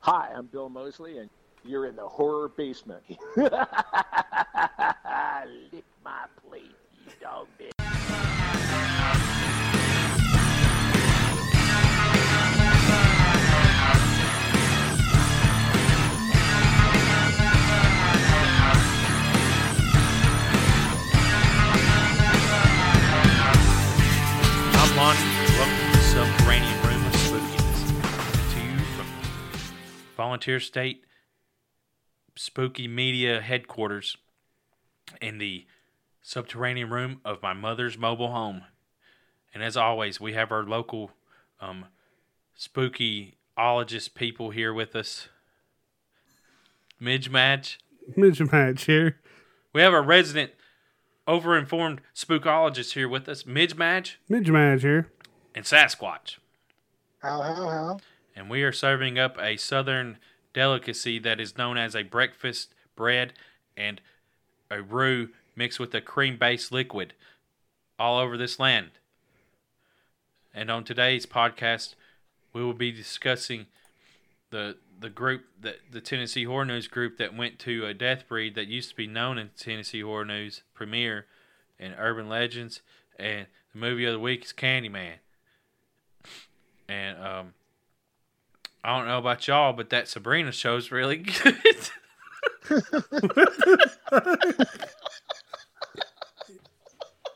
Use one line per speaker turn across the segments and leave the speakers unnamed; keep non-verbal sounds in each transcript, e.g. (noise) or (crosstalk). Hi, I'm Bill Mosley, and you're in the horror basement. (laughs) Lick my plate, you dog bitch.
I'm Lonnie. Welcome to Subterranean Room of Spookiness. To you from Volunteer State Spooky Media Headquarters in the subterranean room of my mother's mobile home. And as always, we have our local um, spookyologist people here with us. Midge Match.
Midge Match here.
We have our resident overinformed spookologist here with us, Midge Match
Midge Match here.
and Sasquatch.
How, how, how?
and we are serving up a southern delicacy that is known as a breakfast bread and a roux mixed with a cream based liquid all over this land. And on today's podcast, we will be discussing the the group that the Tennessee Horror News group that went to a death breed that used to be known in Tennessee Horror News premiere and urban legends and the movie of the week is Candyman. And um I don't know about y'all, but that Sabrina show's really (laughs) good.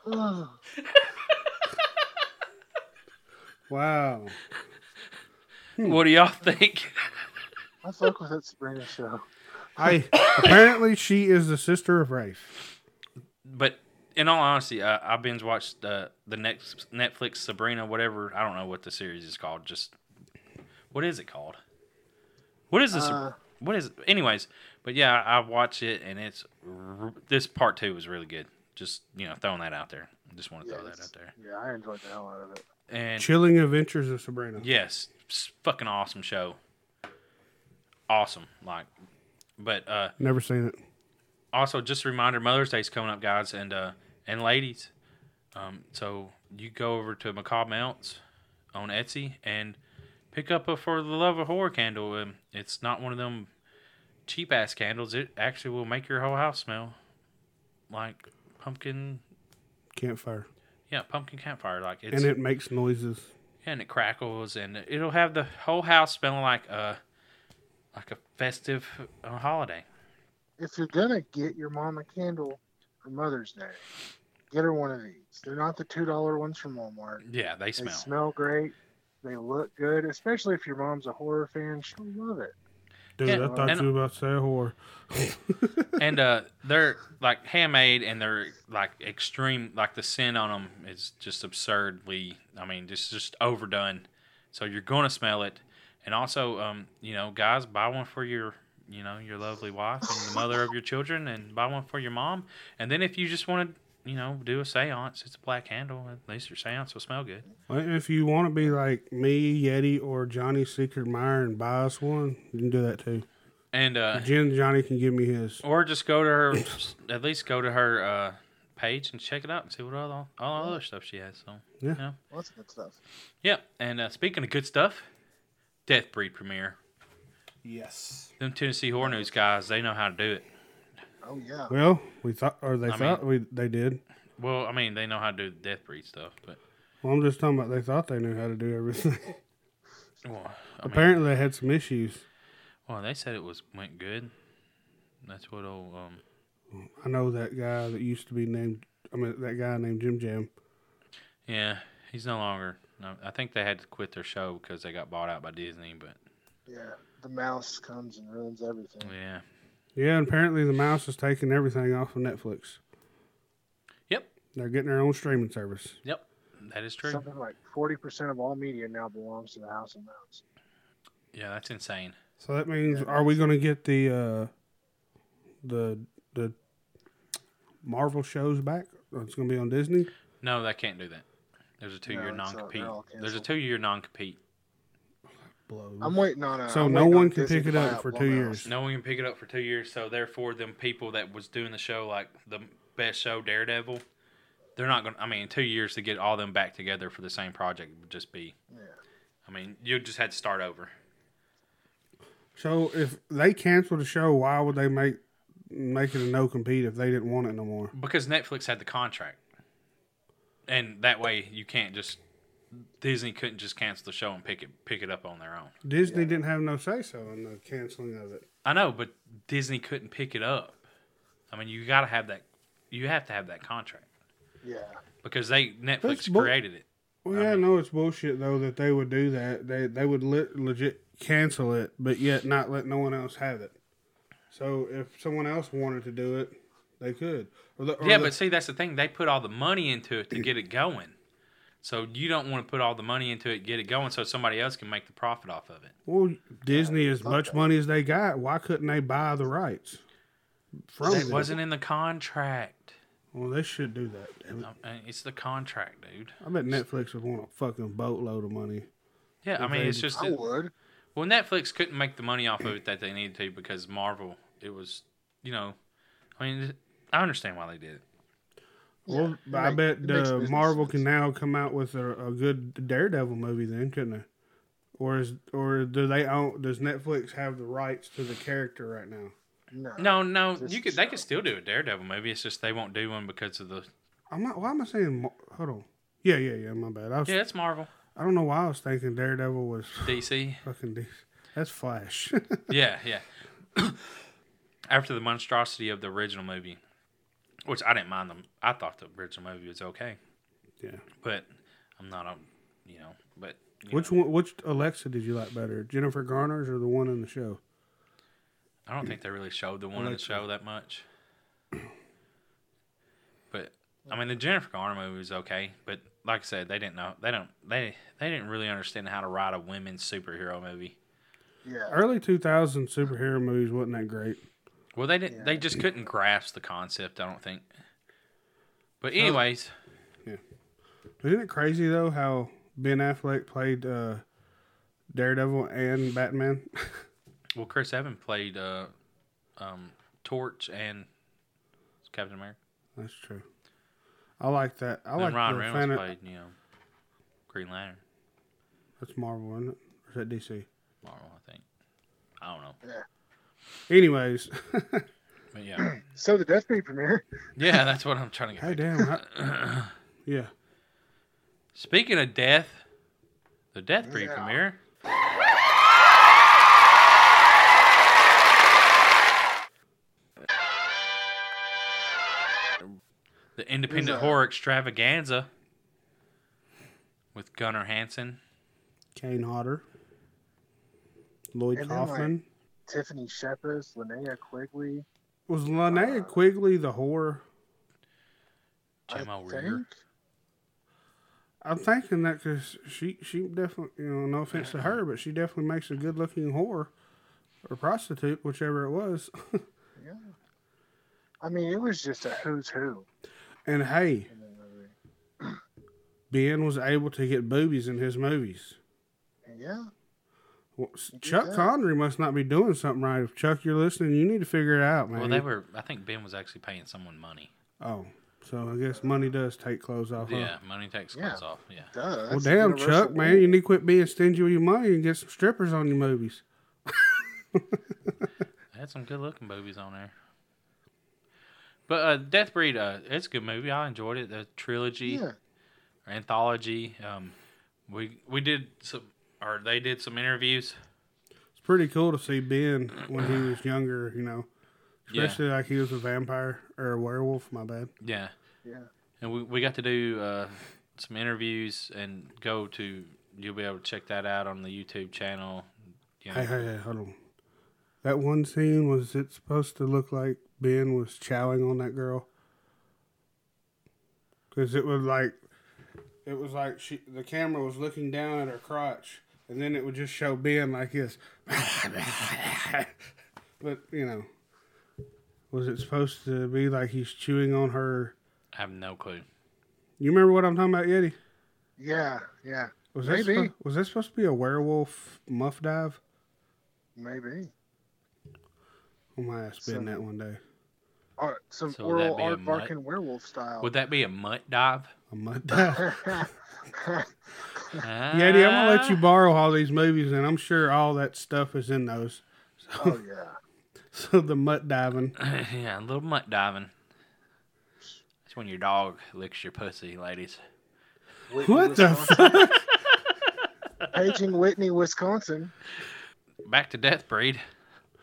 Oh,
Wow.
what do y'all think?
(sighs) I fuck with that Sabrina show.
I apparently she is the sister of Rafe.
But in all honesty, I, I binge watched uh, the next Netflix Sabrina, whatever. I don't know what the series is called. Just what is it called? What is this?
Uh,
what is? Anyways, but yeah, I, I watch it, and it's r- this part two is really good. Just you know, throwing that out there. Just want to
yeah,
throw that
it's-
out there.
yeah, I enjoyed the hell out of it.
And
Chilling Adventures of Sabrina.
Yes, s- fucking awesome show. Awesome, like, but uh,
Never seen it.
also just a reminder, Mother's Day's coming up, guys, and uh, and ladies. Um, so you go over to Macabre Mounts on Etsy and pick up a For the Love of Horror candle. Um, it's not one of them cheap ass candles. It actually will make your whole house smell like pumpkin.
Campfire.
Yeah, pumpkin campfire. Like it's
And it makes noises.
and it crackles and it'll have the whole house smelling like a like a festive uh, holiday.
If you're gonna get your mom a candle for Mother's Day, get her one of these. They're not the two dollar ones from Walmart.
Yeah, they
They
smell.
smell great. They look good, especially if your mom's a horror fan. She'll love it.
Dude,
Yeah,
I thought
and-
you were about to say a whore.
and uh, they're like handmade and they're like extreme. Like the scent on them is just absurdly. I mean, just just overdone. So you're gonna smell it. And also, um, you know, guys, buy one for your you know your lovely wife and the mother of your children, and buy one for your mom. And then if you just want to, you know, do a séance, it's a black handle. At least your séance will smell good.
Like, If you want to be like me, Yeti, or Johnny Secret Meyer and buy us one, you can do that too.
And uh,
Jen Johnny can give me his.
Or just go to her, at least go to her uh, page and check it out and see what all all, all other stuff she has. So
Yeah.
yeah,
Lots of good stuff.
yeah. And uh, speaking of good stuff, Death Breed premiere.
Yes.
Them Tennessee Horror News guys, they know how to do it.
Oh yeah.
Well, we thought, or they
I
thought we they did.
Well, I mean, they know how to do the Death Breed stuff, but
Well, I'm just talking about they thought they knew how to do everything.
well, I mean,
Apparently, they had some issues.
well, they said it was went good. That's what old um,
I know that guy that used to be named. I mean, that guy named Jim Jam.
yeah, he's no longer. No, I think they had to quit their show because they got bought out by Disney. But
Yeah. The mouse comes and ruins everything.
yeah,
Yeah, and apparently the mouse is taking everything off of Netflix.
Yep.
They're getting their own streaming service.
yep, that is true.
Something like forty percent of all media now belongs to the House of Mouse.
Yeah, that's insane.
So that means, are we going to get the uh, the the Marvel shows back? Or It's going to be on Disney.
No, they can't do that. There's a two year
it's
non
all-
compete.
they're all
There's a
canceled.
two year non compete.
Blow.
I'm waiting on a.
Mm-hmm. So
I'm
no
waiting
one
on
can
Disney
pick it
to buy
up
out
for
Blumhouse.
two years.
No one can pick it up for two years. So therefore, them people that was doing the show like the best show Daredevil, they're not gonna. I mean, two years to get all them back together for the same project would just be.
Yeah.
I mean, you just had to start over.
So if they canceled the show, why would they make make it a no compete if they didn't want it no more?
because Netflix had the contract, and that way you can't just Disney couldn't just cancel the show and pick it pick it up on their own.
Disney didn't have no say so in the canceling of it.
I know, but Disney couldn't pick it up. I mean, you gotta have that. You have to have that contract
Yeah.
because they Netflix
That's bull-
created it.
Well, yeah, I know it's bullshit though that they would do that. They they would le- legit cancel it, but yet not let no one else have it. So if someone else wanted to do it, they could. Or the- or
Yeah,
the-
but see, that's the thing. They put all the money into it to get it going. So you don't want to put all the money into it, get it going, so somebody else can make the profit off of it.
well, Disney as much money as they got, why couldn't they buy the rights? From
It
them?
wasn't in the contract.
Well, they should do that. damn it.
I mean, It's the contract, dude.
I bet Netflix would want a fucking boatload of money.
Yeah, I mean, it's just
I would.
well, Netflix couldn't make the money off of it that they needed to because Marvel. It was, you know, I mean, I understand why they did it.
Well,
Yeah,
I
it
bet
make- it makes
uh,
business
Marvel
sense.
can now come out with a, a good Daredevil movie, then, couldn't they? Or is or do they own? Does Netflix have the rights to the character right now?
No.
No, no,
Just
you could. They
show.
could still do a Daredevil movie. It's just they won't do one because of the.
I'm not. Why am I saying? Mar- Hold on. Yeah, yeah, yeah. My bad. I was.
Yeah, it's Marvel,
I don't know why I was thinking Daredevil was (laughs)
DC.
fucking. De- that's Flash. (laughs)
Yeah, yeah. (clears throat) After the monstrosity of the original movie, which I didn't mind them. I thought the original movie was okay,
yeah.
but I'm not a, you know, but you
Which
know,
one? Which Alexa did you like better, Jennifer Garner's or the one in the show?
I don't think they really showed the one in the
Alexa.
show that much. But I mean, the Jennifer Garner movie was okay, but like I said, they didn't know they don't they they didn't really understand how to write a women's superhero movie.
Yeah.
Early 2000 superhero movies wasn't that great.
Well, they didn't.
Yeah.
They just couldn't grasp the concept. I don't think. But anyways,
Isn't it crazy though how Ben Affleck played uh, Daredevil and Batman? (laughs)
well, Chris Evans played uh, um, Torch and Captain America.
That's true. I like that. I like
and Ryan
the
Reynolds
Fanta-
played, you know, Green Lantern.
That's Marvel, isn't it? Or is that DC?
Marvel, I think. I don't know,
Anyways,
but
(coughs)
yeah,
So the Death Bay premiere. (laughs)
yeah, that's what I'm trying to
hey,
get.
damn.
(coughs)
I-
back.
yeah.
Speaking of death, the death pre
Yeah.
premiere. The Independent
that?
Horror Extravaganza with Gunnar Hansen.
Kane Hodder, Lloyd
And then, like-
Kaufman.
Tiffany Shepis, Linnea Quigley.
was Linnea Quigley the whore?
Jim
I
O'Rear.
think.
I'm thinking that because she, she definitely, you know, no offense to her, but she definitely makes a good looking whore or prostitute, whichever it was.
I mean, it was just a who's who
and hey,
in the movie.
Ben was able to get boobies in his movies.
Yeah.
Well, s- Chuck
that.
Connery must not be doing something right. If Chuck, you're listening, you need to figure it out, man.
Well, they were. I think Ben was actually paying someone money.
oh, so I guess money does take clothes off. huh?
Yeah, money takes
Uh-huh. Yeah.
clothes off. Yeah.
Duh.
Well,
that's the
damn,
universal
Chuck, man,
rule.
you need to quit being stingy with your money and get some strippers on your movies.
They had some good looking movies on there. But uh, Death Breed, uh, it's a good movie. I enjoyed it. The trilogy.
Yeah.
or anthology. Um, we we did some, or they did some interviews.
It's pretty cool to see Ben when he was younger, you know,
Yeah.
especially like he was a vampire or a werewolf. My bad.
Yeah,
Yeah.
and we, we got to do uh, some interviews and go to. You'll be able to check that out on the YouTube channel. You know,
Hey, hey, hey, hold on. That one scene was it supposed to look like Ben was chowing on that girl? Because it was like, it was like she the camera was looking down at her crotch, and then it would just show Ben like this. (laughs) but you know, was it supposed to be like he's chewing on her?
I have no clue.
You remember what I'm talking about, Yeti?
Yeah. Yeah.
Was that
Maybe.
supposed, was that supposed to be a werewolf muff dive?
Maybe.
I'm gonna ask Ben
So-
that one day.
Art, some
So would that
oral
be a
art
mutt?
barking werewolf style. (laughs)
Would that be a mutt
(laughs)
dive?
A mud dive.
Yeti,
(laughs)
(laughs)
Uh.
Yeti, I'm gonna let you borrow all these movies, and I'm sure all that stuff is in those. (laughs)
Oh yeah.
So the mutt diving.
(laughs) yeah, a little mutt diving. That's when your dog licks your pussy, ladies.
Whitney,
What the
Wisconsin.
fuck?
Paging Whitney, Wisconsin.
Back to death breed.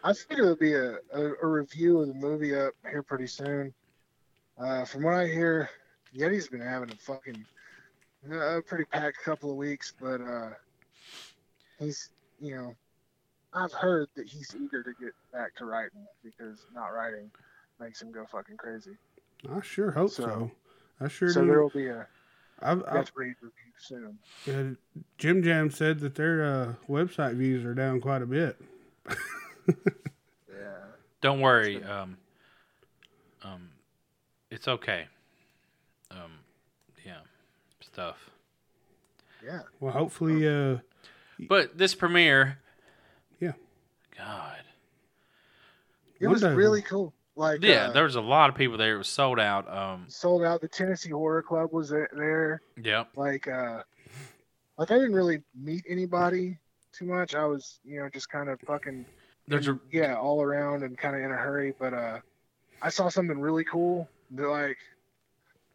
I think it'll be a, a, a review of the movie up here pretty soon. Uh, from what I hear, Yeti's been having a fucking uh, pretty packed couple of weeks, but uh, he's you know I've heard that he's eager to get back to writing because not writing makes him go fucking crazy.
I sure hope so.
So-
I sure
so there
do. Uh,
will be a
I've, I've,
death breed review soon.
uh, Jim Jam said that their uh, website views are down quite a bit.
Yeah.
Don't worry. Um, um, it's okay. Um, yeah, stuff.
Yeah.
Well, hopefully, uh,
But this premiere.
Yeah.
God.
It
One
was
day-
really cool. Like
Yeah,
uh,
there was a lot of people there. It was sold out. Um,
sold out. The Tennessee Horror Club was there- there.
yep.
like uh like I didn't really meet anybody too much. I was, you know, just kind of fucking
There's a
yeah, all around and kind of in a hurry, but uh I saw something really cool. They're like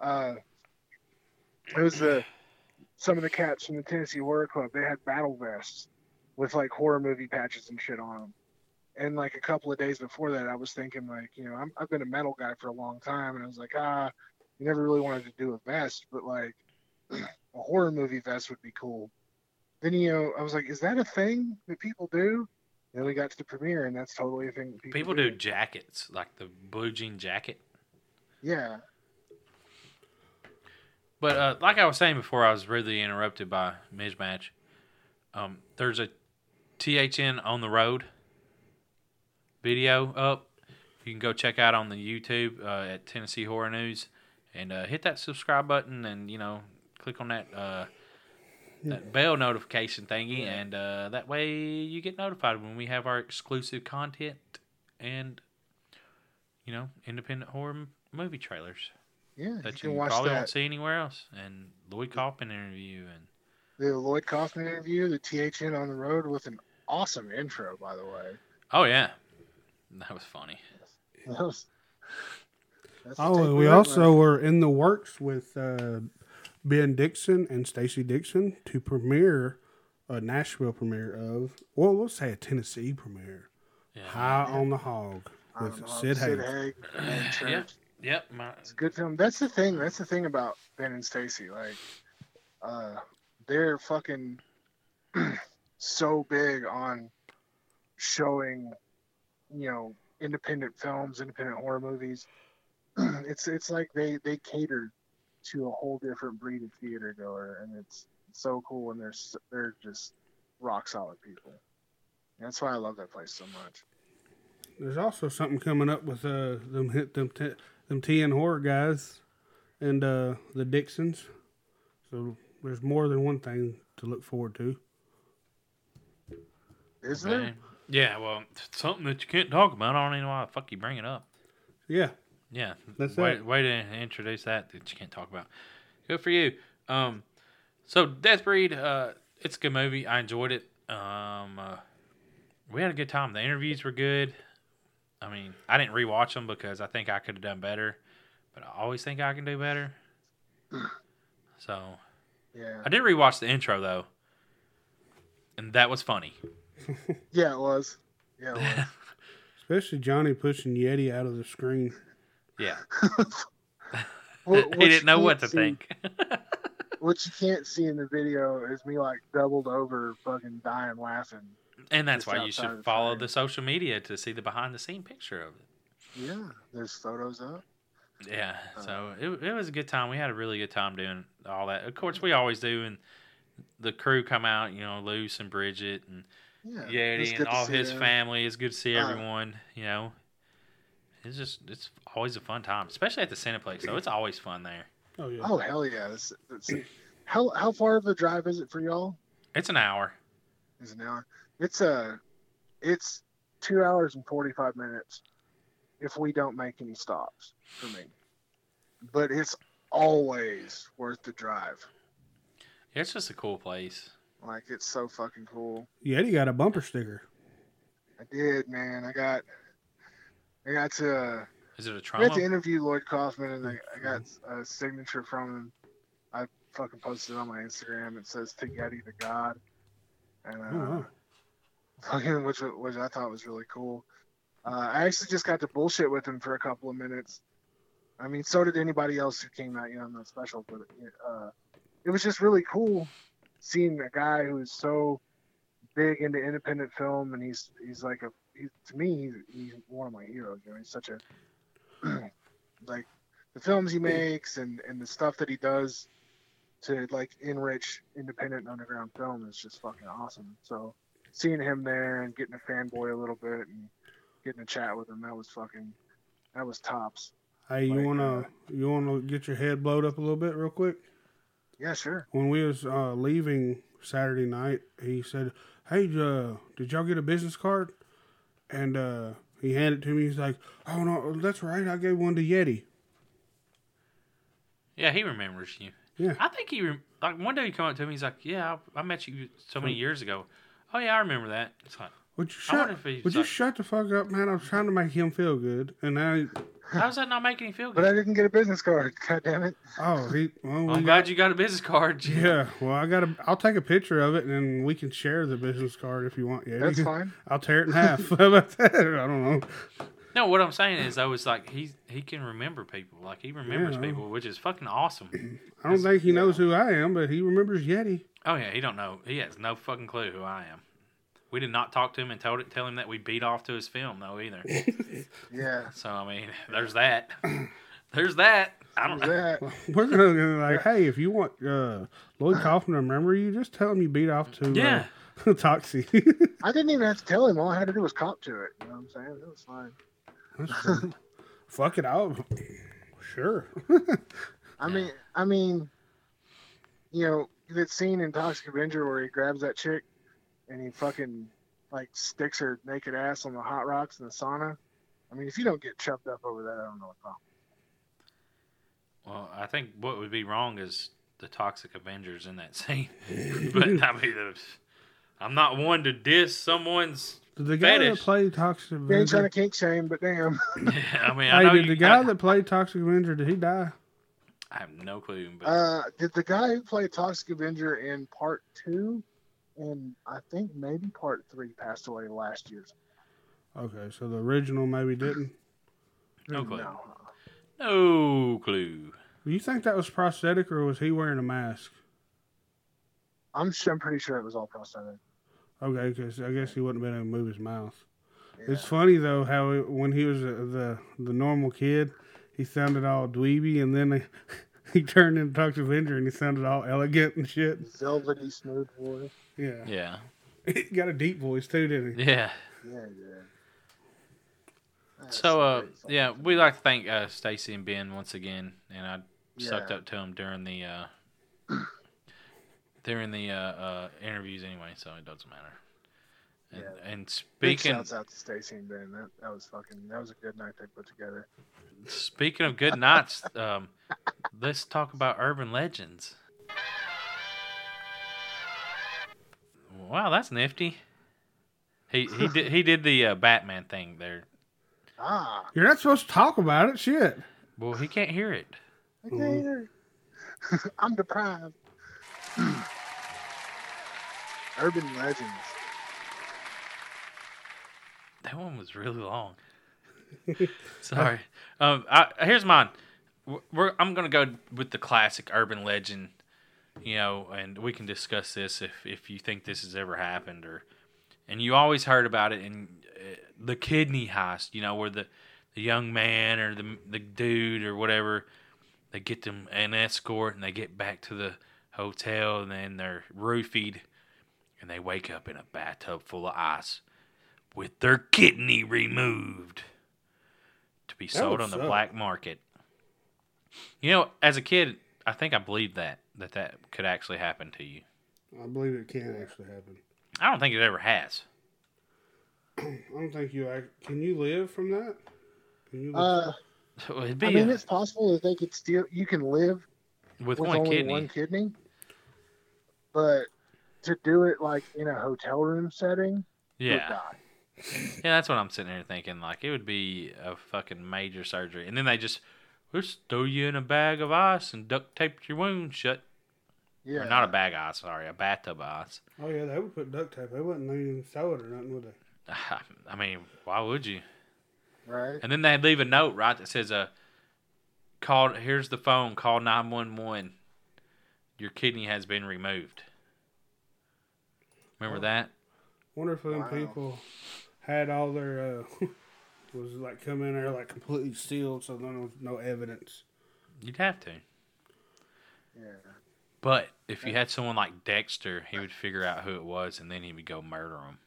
uh it was the some of the cats from the Tennessee Horror Club, they had battle vests with like horror movie patches and shit on them. And like a couple of days before that, I was thinking like, you know, I'm, I've been a metal guy for a long time, and I was like, ah, you never really wanted to do a vest, but like (clears throat) a horror movie vest would be cool. Then you know, I was like, is that a thing that people do? Then we got to the premiere, and that's totally a thing that people,
people do jackets like the blue jean jacket.
Yeah,
But uh, like I was saying before, I was rudely interrupted by Mismatch. Um, there's a THN on the road video up. You can go check out on the YouTube uh, at Tennessee Horror News, and uh, hit that subscribe button, and you know, click on that uh, that bell notification thingy, and uh, that way you get notified when we have our exclusive content and you know, independent horror m- movie trailers
yeah.
that
you
you,
can watch
probably
that
won't see anywhere else. And Lloyd Kaufman interview and
the Lloyd Kaufman interview, the THN on the road with an awesome intro, by the way. (laughs)
oh yeah, that was funny.
That was- that's the
Oh,
tape
and we
had,
also
like,
were in the works with uh, Ben Dixon and Stacy Dixon to premiere a Nashville premiere of, well, we'll say a Tennessee premiere,
Yeah.
High on the Hog
I don't
with
know,
Sid Hayes.
Haig
(sighs)
and Church.
Yeah. Yep. My,
It's a good film. That's the thing. That's the thing about Ben and Stacy. Like, uh, they're fucking (clears throat) so big on showing, you know, independent films, independent horror movies. (clears throat) it's it's like they they cater to a whole different breed of theater goer, and it's so cool. And they're s- they're just rock solid people. That's why I love that place so much.
There's also something coming up with uh, them hit them t- them TN horror guys and uh, the Dixons. So there's more than one thing to look forward to.
Isn't it?
man. Yeah. Well, something that you can't talk about. I don't even know why the fuck you bring it up.
Yeah,
Yeah.
That's
way,
it.
way to introduce that that you can't talk about. Good for you. Um, so Deathbreed, uh, it's a good movie. I enjoyed it. Um, uh, we had a good time. The interviews were good. I mean, I didn't rewatch them because I think I could have done better, but I always think I can do
(sighs)
better. So
Yeah.
I did rewatch the intro though, and that was funny.
Yeah, it was. Yeah, it
Oh.
was.
especially Johnny pushing Yeti out of the screen.
(laughs) Yeah,
What-
(laughs) he
what
didn't
you
know
can't
what to
see-
think.
What you can't see in the video is me like doubled over, fucking dying laughing.
and that's
Just
why you
outside of
should
the
follow
frame.
the social media to see the behind the scene picture of it.
Yeah, there's photos up.
Yeah,
Uh,
so it, it was a good time. We had a really good time doing all that. Of course, we always do, and the crew come out. You know, Luce and Bridget and
Yeah, it's
Yeti
good
and
to
all
see
his
them.
family. It's good to see
Uh,
everyone. You know, it's just it's always a fun time, especially at the Cineplex. So it's always fun there.
Oh yeah,
Oh hell yeah! That's, that's, how how far of a drive is it for y'all?
It's an hour.
Is an hour? It's uh, it's two hours and forty five minutes if we don't make any stops for me. But it's always worth the drive.
It's just a cool place.
Like it's so fucking cool.
Yeti got a bumper sticker.
I did, man. I got, I got to, uh,
Is it a
I got to
trauma?
interview Lloyd Kaufman, and I, I got
Mm-hmm.
a signature from him. I fucking posted it on my Instagram. It says "To Yeti the God," and uh,
Oh, wow.
fucking which wa- which I thought was really cool. Uh, I actually just got to bullshit with him for a couple of minutes. I mean, so did anybody else who came out. You know, I'm not special, but uh, it was just really cool seeing a guy who's so big into independent film, and he's he's like a he, to me he's, he's one of my heroes. You know, he's such a (clears throat) like the films he makes and and the stuff that he does to like enrich independent underground film is just fucking awesome. So seeing him there and getting a fanboy a little bit and getting a chat with him that was fucking that was tops
Hey, you
Like,
uh,
wanna you wanna get your head blowed up a little bit real quick?
yeah sure
When we was uh, leaving Saturday night, he said, "Hey, uh, did y'all get a business card?" And uh, he handed it to me. He's like, "Oh no, that's right. I gave one to Yeti."
Yeah, he remembers you.
Yeah.
I think he rem- like one day he come up to me. He's like, "Yeah, I, I met you so many years ago." Oh yeah, I remember that. It's like,
Would you
I wonder
shut?
if he's
Would you
like-
shut the fuck up, man? I was trying to make him feel good, and now, he-
how does that not make any feel
(laughs) but
good?
i didn't get a business card (laughs) god damn it
oh, he. Well, we
Well, I'm
got-
glad you got a business card.
yeah. Well, I got. to I'll take a picture of it, and then we can share the business card if you want. Yeti. (laughs)
that's fine
I'll tear it in half. (laughs) How about that? I don't know.
No, what I'm saying is, I was like, he he can remember people. Like he remembers
Yeah.
people, which is fucking awesome.
I don't think he knows who I am, but he remembers Yeti. (laughs)
oh yeah, he don't know. He has no fucking clue who I am. We did not talk to him and told it, tell him that we beat off to his film though either.
yeah
so I mean, (laughs) there's that. There's that. I don't
Who's
know.
that
We're gonna be like, hey, if you want uh, Lloyd Kaufman to remember you, just tell him you beat off to
Yeah.
uh, (laughs) Toxie. (laughs)
i didn't even have to tell him all i had to do was cop to it you know what i'm saying it was fine
That's
(laughs)
true. Fuck it, I'll sure. (laughs)
I mean, I mean, you know that scene in Toxic Avenger where he grabs that chick and he fucking like sticks her naked ass on the hot rocks in the sauna. I mean, if you don't get chuffed up over that, I don't know what's wrong.
Well, I think what would be wrong is the toxic Avengers in that (laughs) scene. but
(laughs)
I mean, there's- I'm not one to diss someone's. (laughs)
Did the guy
Fetish.
that played Toxic
You ain't trying to
Avenger?
kink shame, but damn,
I mean, I
Hey,
know
did
you,
the guy
I,
that played Toxic Avenger did he die?
I have no clue, but
uh, did the guy who played Toxic Avenger in part two and I think maybe part three passed away last year?
Okay, so the original maybe didn't.
no clue.
No,
No clue.
Do you think that was prosthetic or was he wearing a mask?
I'm sure, I'm pretty sure it was all prosthetic.
Okay, because I guess he wouldn't have been able to move his mouth.
Yeah.
It's funny though how it, when he was uh, the, the the normal kid, he sounded all dweeby, and then he, (laughs) he turned into Doctor Avenger, and he sounded all elegant and shit.
Velvety smooth voice.
Yeah,
Yeah.
(laughs) he got a deep voice too, didn't he?
Yeah.
Yeah, yeah. That's
So,
a
uh,
great fucking
yeah,
film.
we like to thank uh, Stacy and Ben once again, and I sucked
Yeah.
up to them during the uh, during the uh, uh, interviews anyway, so it doesn't matter. And, and
Big
speaking
shouts out to Stacy and Ben. That, that was fucking. That was a good night they put together.
Speaking of good nights, um, let's talk about urban legends. Wow, that's nifty. He he did he did the uh, Batman thing there.
Ah,
You're not supposed to talk about it, shit.
Well, he can't hear it.
I can't hear. (laughs) I'm deprived. (clears throat) Urban legends.
That one was really long. Sorry. Um, I, here's mine. We're- We're, I'm gonna go with the classic urban legend. You know, and we can discuss this if if you think this has ever happened or, and you always heard about it in uh, the kidney heist. You know, where the the young man or the the dude or whatever, they get them an escort and they get back to the hotel and then they're roofied, and they wake up in a bathtub full of ice with their kidney removed to be sold
would
on the
suck.
black market. You know, as a kid, I think I believed that that that could actually happen to you.
I believe it can actually happen.
I don't think it ever has.
(clears throat)
(laughs)
I don't think you act, can. You live from that? Can you live?
Uh,
So it'd be
I mean,
a-
it's possible that they could steal. You can live with,
with, one
only
kidney.
one kidney, but to do it like in a hotel room setting, you would
yeah,
die.
Yeah, that's what I'm sitting here thinking. Like, it would be a fucking major surgery. And then they just, we just throw you in a bag of ice and duct taped your wound shut.
Yeah.
Or not a bag of ice, sorry, a bathtub of ice. (laughs)
Oh yeah, they would put duct tape. They wouldn't even sew it or nothing, would they?
I mean, why would you?
right.
And then they leave a note, right, that says, uh, call, here's the phone, call 911. Your kidney has been removed.
Oh.
Remember that?
Wonder if them
Wow.
people had all their uh, (laughs) was like come in there like completely sealed, so there was no evidence.
You'd have to.
Yeah.
But if you had someone like Dexter, he would figure out who it was and then he would go murder him.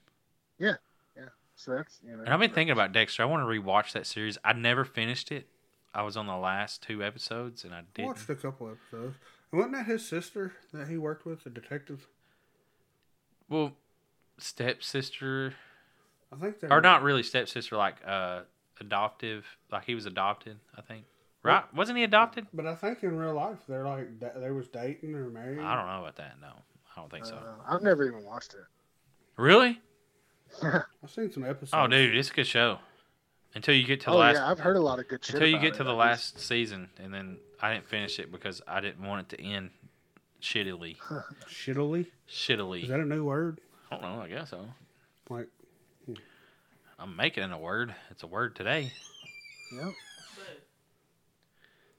So that's you know.
And I've been thinking about Dexter. I want to rewatch that series. I never finished it. I was on the last two episodes and I
I
didn't.
Watched a couple episodes. And wasn't that his sister that he worked with, the detective?
Well, stepsister,
I think they
or
were-
not really stepsister, like uh, adoptive. Like he was adopted, I think. Right? Wasn't he adopted?
But I think in real life they're like da- they was dating or married.
I don't know about that. No, I don't think so.
Mm-hmm. Uh, I've never even watched it.
Really?
I've seen some episodes.
Oh, dude, it's a good show. Until you get to the
Oh
last
yeah, I've heard a lot of good shit.
until you
about
get
it.
to the
I just-
last season, and then I didn't finish it because I didn't want it to end shittily.
(laughs)
Shittily. Is
Shittily.
that a new word?
I don't know. I guess so.
Like
I'm making it a word. It's a word today.
Yep.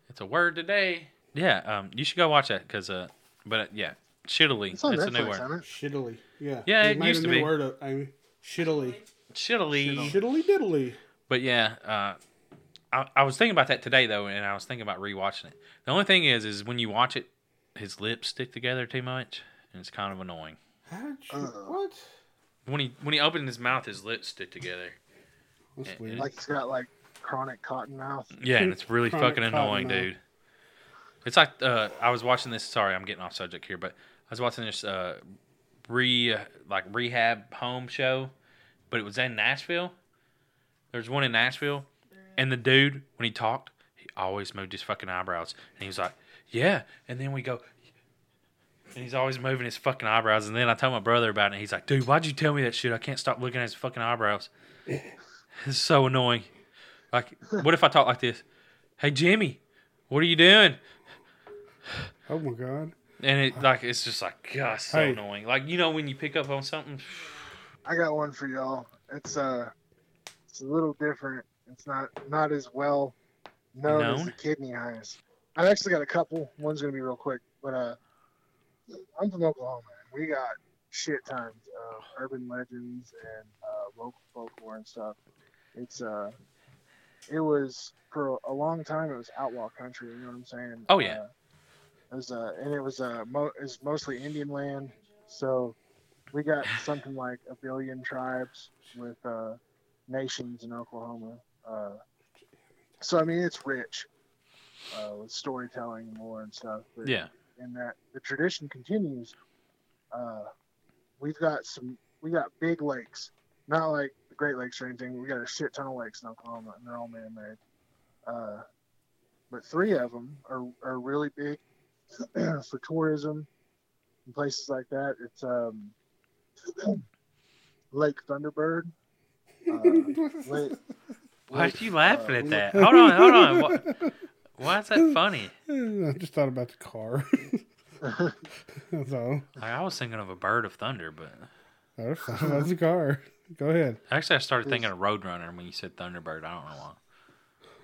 It's a word today. Yeah. Um. You should go watch that because. Uh. But uh, yeah. Shittily.
It's on
That's a new
Netflix,
word.
isn't it?
shittily. Yeah.
Yeah,
You
it
made
used to
a new
be.
word up, Amy. Shittily.
Shittily.
Shittily diddly.
But yeah. Uh. I, I was thinking about that today though, and I was thinking about rewatching it. The only thing is, is when you watch it, his lips stick together too much, and it's kind of annoying.
How did you?
Uh.
what?
When he when he opened his mouth, his lips stick together.
That's
It-
weird.
it-
Like he's got like chronic cotton mouth.
Yeah, and it's really
Chronic
fucking annoying,
cotton mouth.
dude. It's like uh, I was watching this. Sorry, I'm getting off subject here, but I was watching this uh, re uh, like rehab home show, but it was in Nashville. There's one in Nashville, and the dude when he talked, he always moved his fucking eyebrows, and he was like, "Yeah," and then we go. And he's always moving his fucking eyebrows. And then I told my brother about it. And he's like, dude, why'd you tell me that shit? I can't stop looking at his fucking eyebrows. (laughs) it's so annoying. Like, what if I talk like this? Hey, Jimmy, what are you doing?
oh my god.
And it like it's just like gosh, so
Hey.
annoying. Like you know when you pick up on something.
I got one for y'all. It's uh it's a little different. It's not not as well known, as
Known?
the kidney highs. I've actually got a couple. One's gonna be real quick, but uh I'm from Oklahoma and we got shit tons of urban legends and uh local folklore and stuff. It's uh it was for a long time it was outlaw country, you know what I'm saying?
Oh, yeah.
Uh, it was uh and it was uh mo- it's mostly Indian land. So we
(sighs)
got something like a billion tribes with uh, nations in Oklahoma. Uh, so I mean, it's rich uh, with storytelling and lore and stuff. but-
Yeah,
and that the tradition continues. Uh, we've got some, we got big lakes, not like the Great Lakes or anything. We got a shit ton of lakes in Oklahoma, and they're all man-made. Uh, but three of them are, are really big (clears throat) for tourism and places like that. It's um, (clears throat) Lake Thunderbird. Uh,
(laughs)
Lake,
why are
Lake,
you laughing
uh,
at that? Hold on, hold on.
(laughs)
Why, why is that funny?
I just thought about the car. (laughs)
Uh, (laughs)
That's all.
Like, I was thinking of a bird of thunder, but
I just thought about the car. Go ahead.
actually I started thinking of Roadrunner when you said Thunderbird. I don't know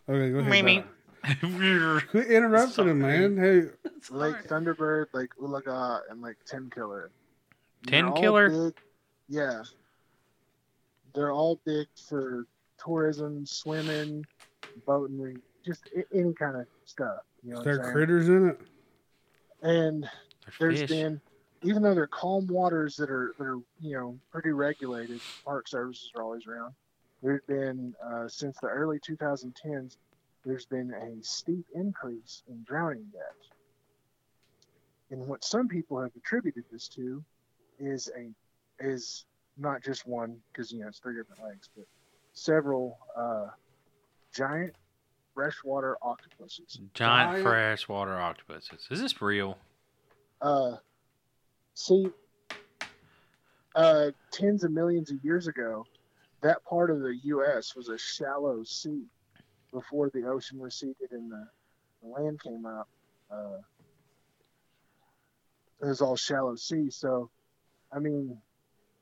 why.
Okay, go ahead.
Mimi.
Doc.
(laughs)
Quit interrupting him,
Sorry.
man. Hey,
Lake Thunderbird, Lake Ulaga, and Lake Tin Killer.
Tin
They're all
Killer?
big- yeah. They're all big for tourism, swimming, boating, just a- any kind of stuff. You know what
is there
I'm saying?
critters in it?
And
They're
there's
fish.
been, even though they're calm waters that are, that are you know, pretty regulated, park services are always around. There's been, uh, since the early 2010s, there's been a steep increase in drowning deaths. And what some people have attributed this to is a is not just one because you know it's three different lakes, but several uh, giant freshwater octopuses.
Giant
Giant-
freshwater octopuses. Is this real?
Uh, see, uh, tens of millions of years ago, that part of the U.S. was a shallow sea before the ocean receded and the, the land came out. Uh, it was all shallow sea, so I mean,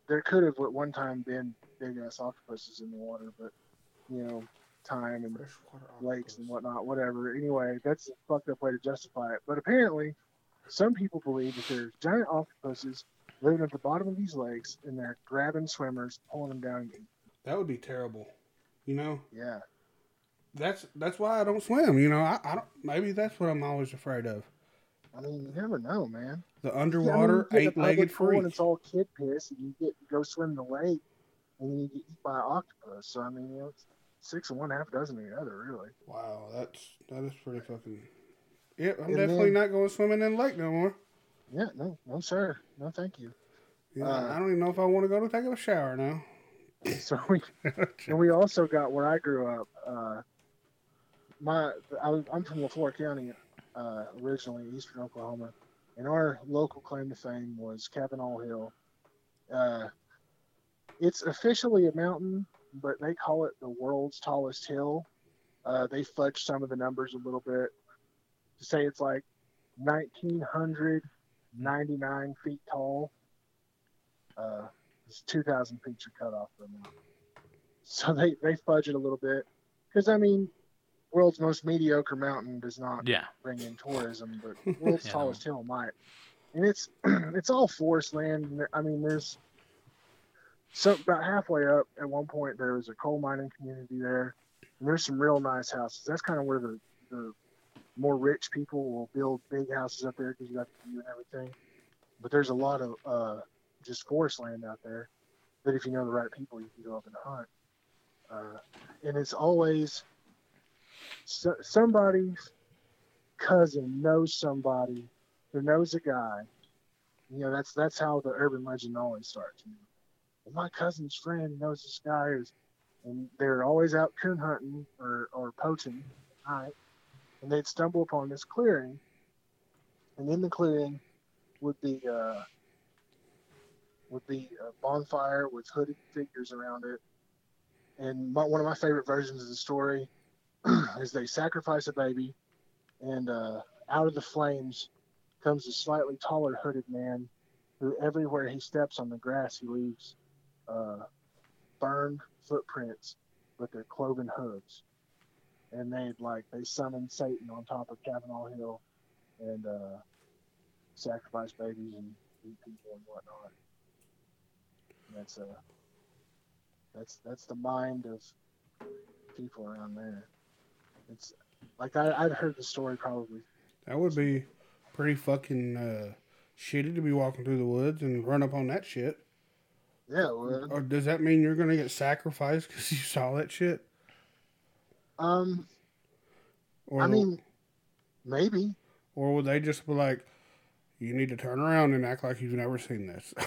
there could have at one time been big ass octopuses in the water, but you know, time and
Freshwater
lakes
octopus.
and whatnot, whatever. Anyway, that's a fucked up way to justify it. But apparently, some people believe that there's giant octopuses living at the bottom of these lakes, and they're grabbing swimmers, pulling them down. and eating.
That would be terrible. You know,
Yeah,
that's that's why I don't swim. You know, I, I don't, maybe that's what I'm always afraid of.
I mean, you never know, man.
The
Yeah, I mean,
underwater
you get in a public
eight-legged
pool
freak.
And it's all kid piss, and you get you go swim the lake, and then you get eaten by an octopus. So I mean, you know, it's six and one half dozen of the other, really.
Wow, that's that is pretty fucking. Yep, I'm
And
definitely
then-
not going swimming in the lake no more.
Yeah, no, no, sir, no, thank you.
You know,
Uh,
I don't even know if I want to go to take a shower now.
(laughs) So we And we also got where I grew up. Uh, my I was, I'm from LaFleur County uh, originally, eastern Oklahoma, and our local claim to fame was Kavanaugh Hill. Uh, it's officially a mountain, but they call it the world's tallest hill. Uh, they fudge some of the numbers a little bit to say it's like 1,999 feet tall. Uh, it's 2,000 feet your cutoff for a mountain so they they fudge it a little bit because I mean, world's most mediocre mountain does not
Yeah.
bring in tourism, but world's
Yeah.
tallest hill might. And it's (clears throat) it's all forest land. and there- I mean, there's so about halfway up at one point there was a coal mining community there, and there's some real nice houses. That's kind of where the the more rich people will build big houses up there because you got the view and everything. But there's a lot of uh, just forest land out there that if you know the right people, you can go up and hunt. Uh, and it's always so, somebody's cousin knows somebody who knows a guy. You know, that's that's how the urban legend always starts. You know, "Well, my cousin's friend knows this guy, who's, and they're always out coon hunting or, or poaching at night, and they'd stumble upon this clearing, and in the clearing would be uh, would be a bonfire with hooded figures around it. And my, one of my favorite versions of the story (clears throat) is they sacrifice a baby, and uh, out of the flames comes a slightly taller hooded man who, everywhere he steps on the grass, he leaves uh, burned footprints with their cloven hooves. And they'd like, they summoned Satan on top of Kavanaugh Hill and uh, sacrifice babies and eat people and whatnot. That's uh that's that's the mind of people around there. It's like I, I'd heard the story probably.
That would be pretty fucking uh, shitty to be walking through the woods and run up on that shit.
Yeah, well,
Or does that mean you're gonna get sacrificed because you saw that shit?
um,
Or
I mean, maybe.
or would they just be like, you need to turn around and act like you've never seen this? (laughs)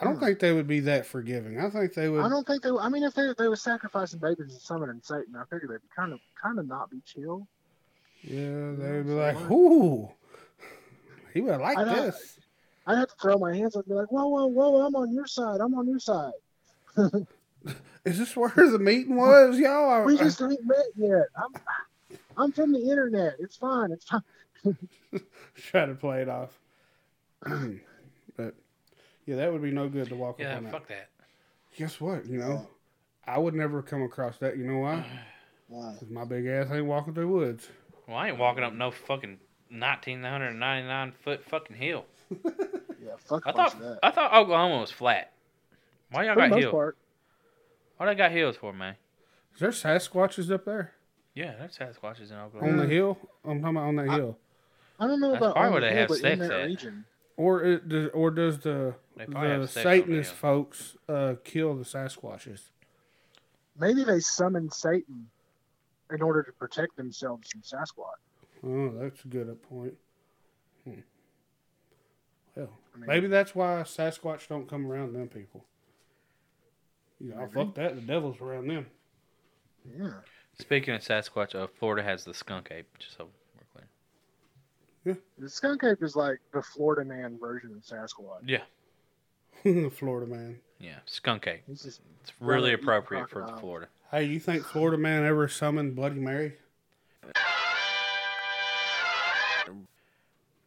I don't
Hmm.
think they would be that forgiving. I think they would.
I don't think they. I mean, if they they were sacrificing babies and summoning Satan, I figured they'd be kind of kind of not be chill.
Yeah,
know,
they would be
so
like,
what?
ooh, he would like
I don't-
this.
I'd have to throw my hands up and be like, whoa, whoa, whoa! I'm on your side. I'm on your side.
Is this where the meeting was, y'all?
We
(laughs)
just ain't met yet. I'm I'm from the internet. It's fine. It's fine. (laughs)
try to play it off. (clears throat) but yeah, that would be no good to walk
Yeah,
up on
fuck that.
that. Guess what? You know, I would never come across that. You know why?
(clears throat)
Why?
'Cause my big ass ain't walking through woods.
Well, I ain't walking up no fucking 1999 foot fucking hill.
Yeah, fuck
I
a bunch
thought
of that.
I thought Oklahoma was flat. Why y'all
For the
got
most
hills?
part,
Why they got hills for, man?
Is there Sasquatches up there
Yeah, that's Sasquatches in
on
Mm.
Oklahoma.
the hill? I'm talking about on that hill.
I don't know
That's
about
probably
on
where
the
they
hill,
have
but in
sex
that
at.
region.
Or it does, or does the
They probably
the
have sex on the
Satanist
hill.
folks uh, kill the Sasquatches?
Maybe they summoned Satan in order to protect themselves from Sasquatch.
Oh, that's a good a point. Hmm. Well,
I mean-
maybe that's why Sasquatch don't come around them people. You know, fuck that. The devil's around them. (laughs)
Yeah.
Speaking of Sasquatch, uh, Florida has the skunk ape. Just so we're clear.
The skunk ape is like the Florida man version of Sasquatch.
Yeah,
Florida man.
Yeah, skunk ape.
It's just
It's really
eat the
appropriate for
crocodile.
Florida.
Hey, you think Florida man ever summoned Bloody Mary?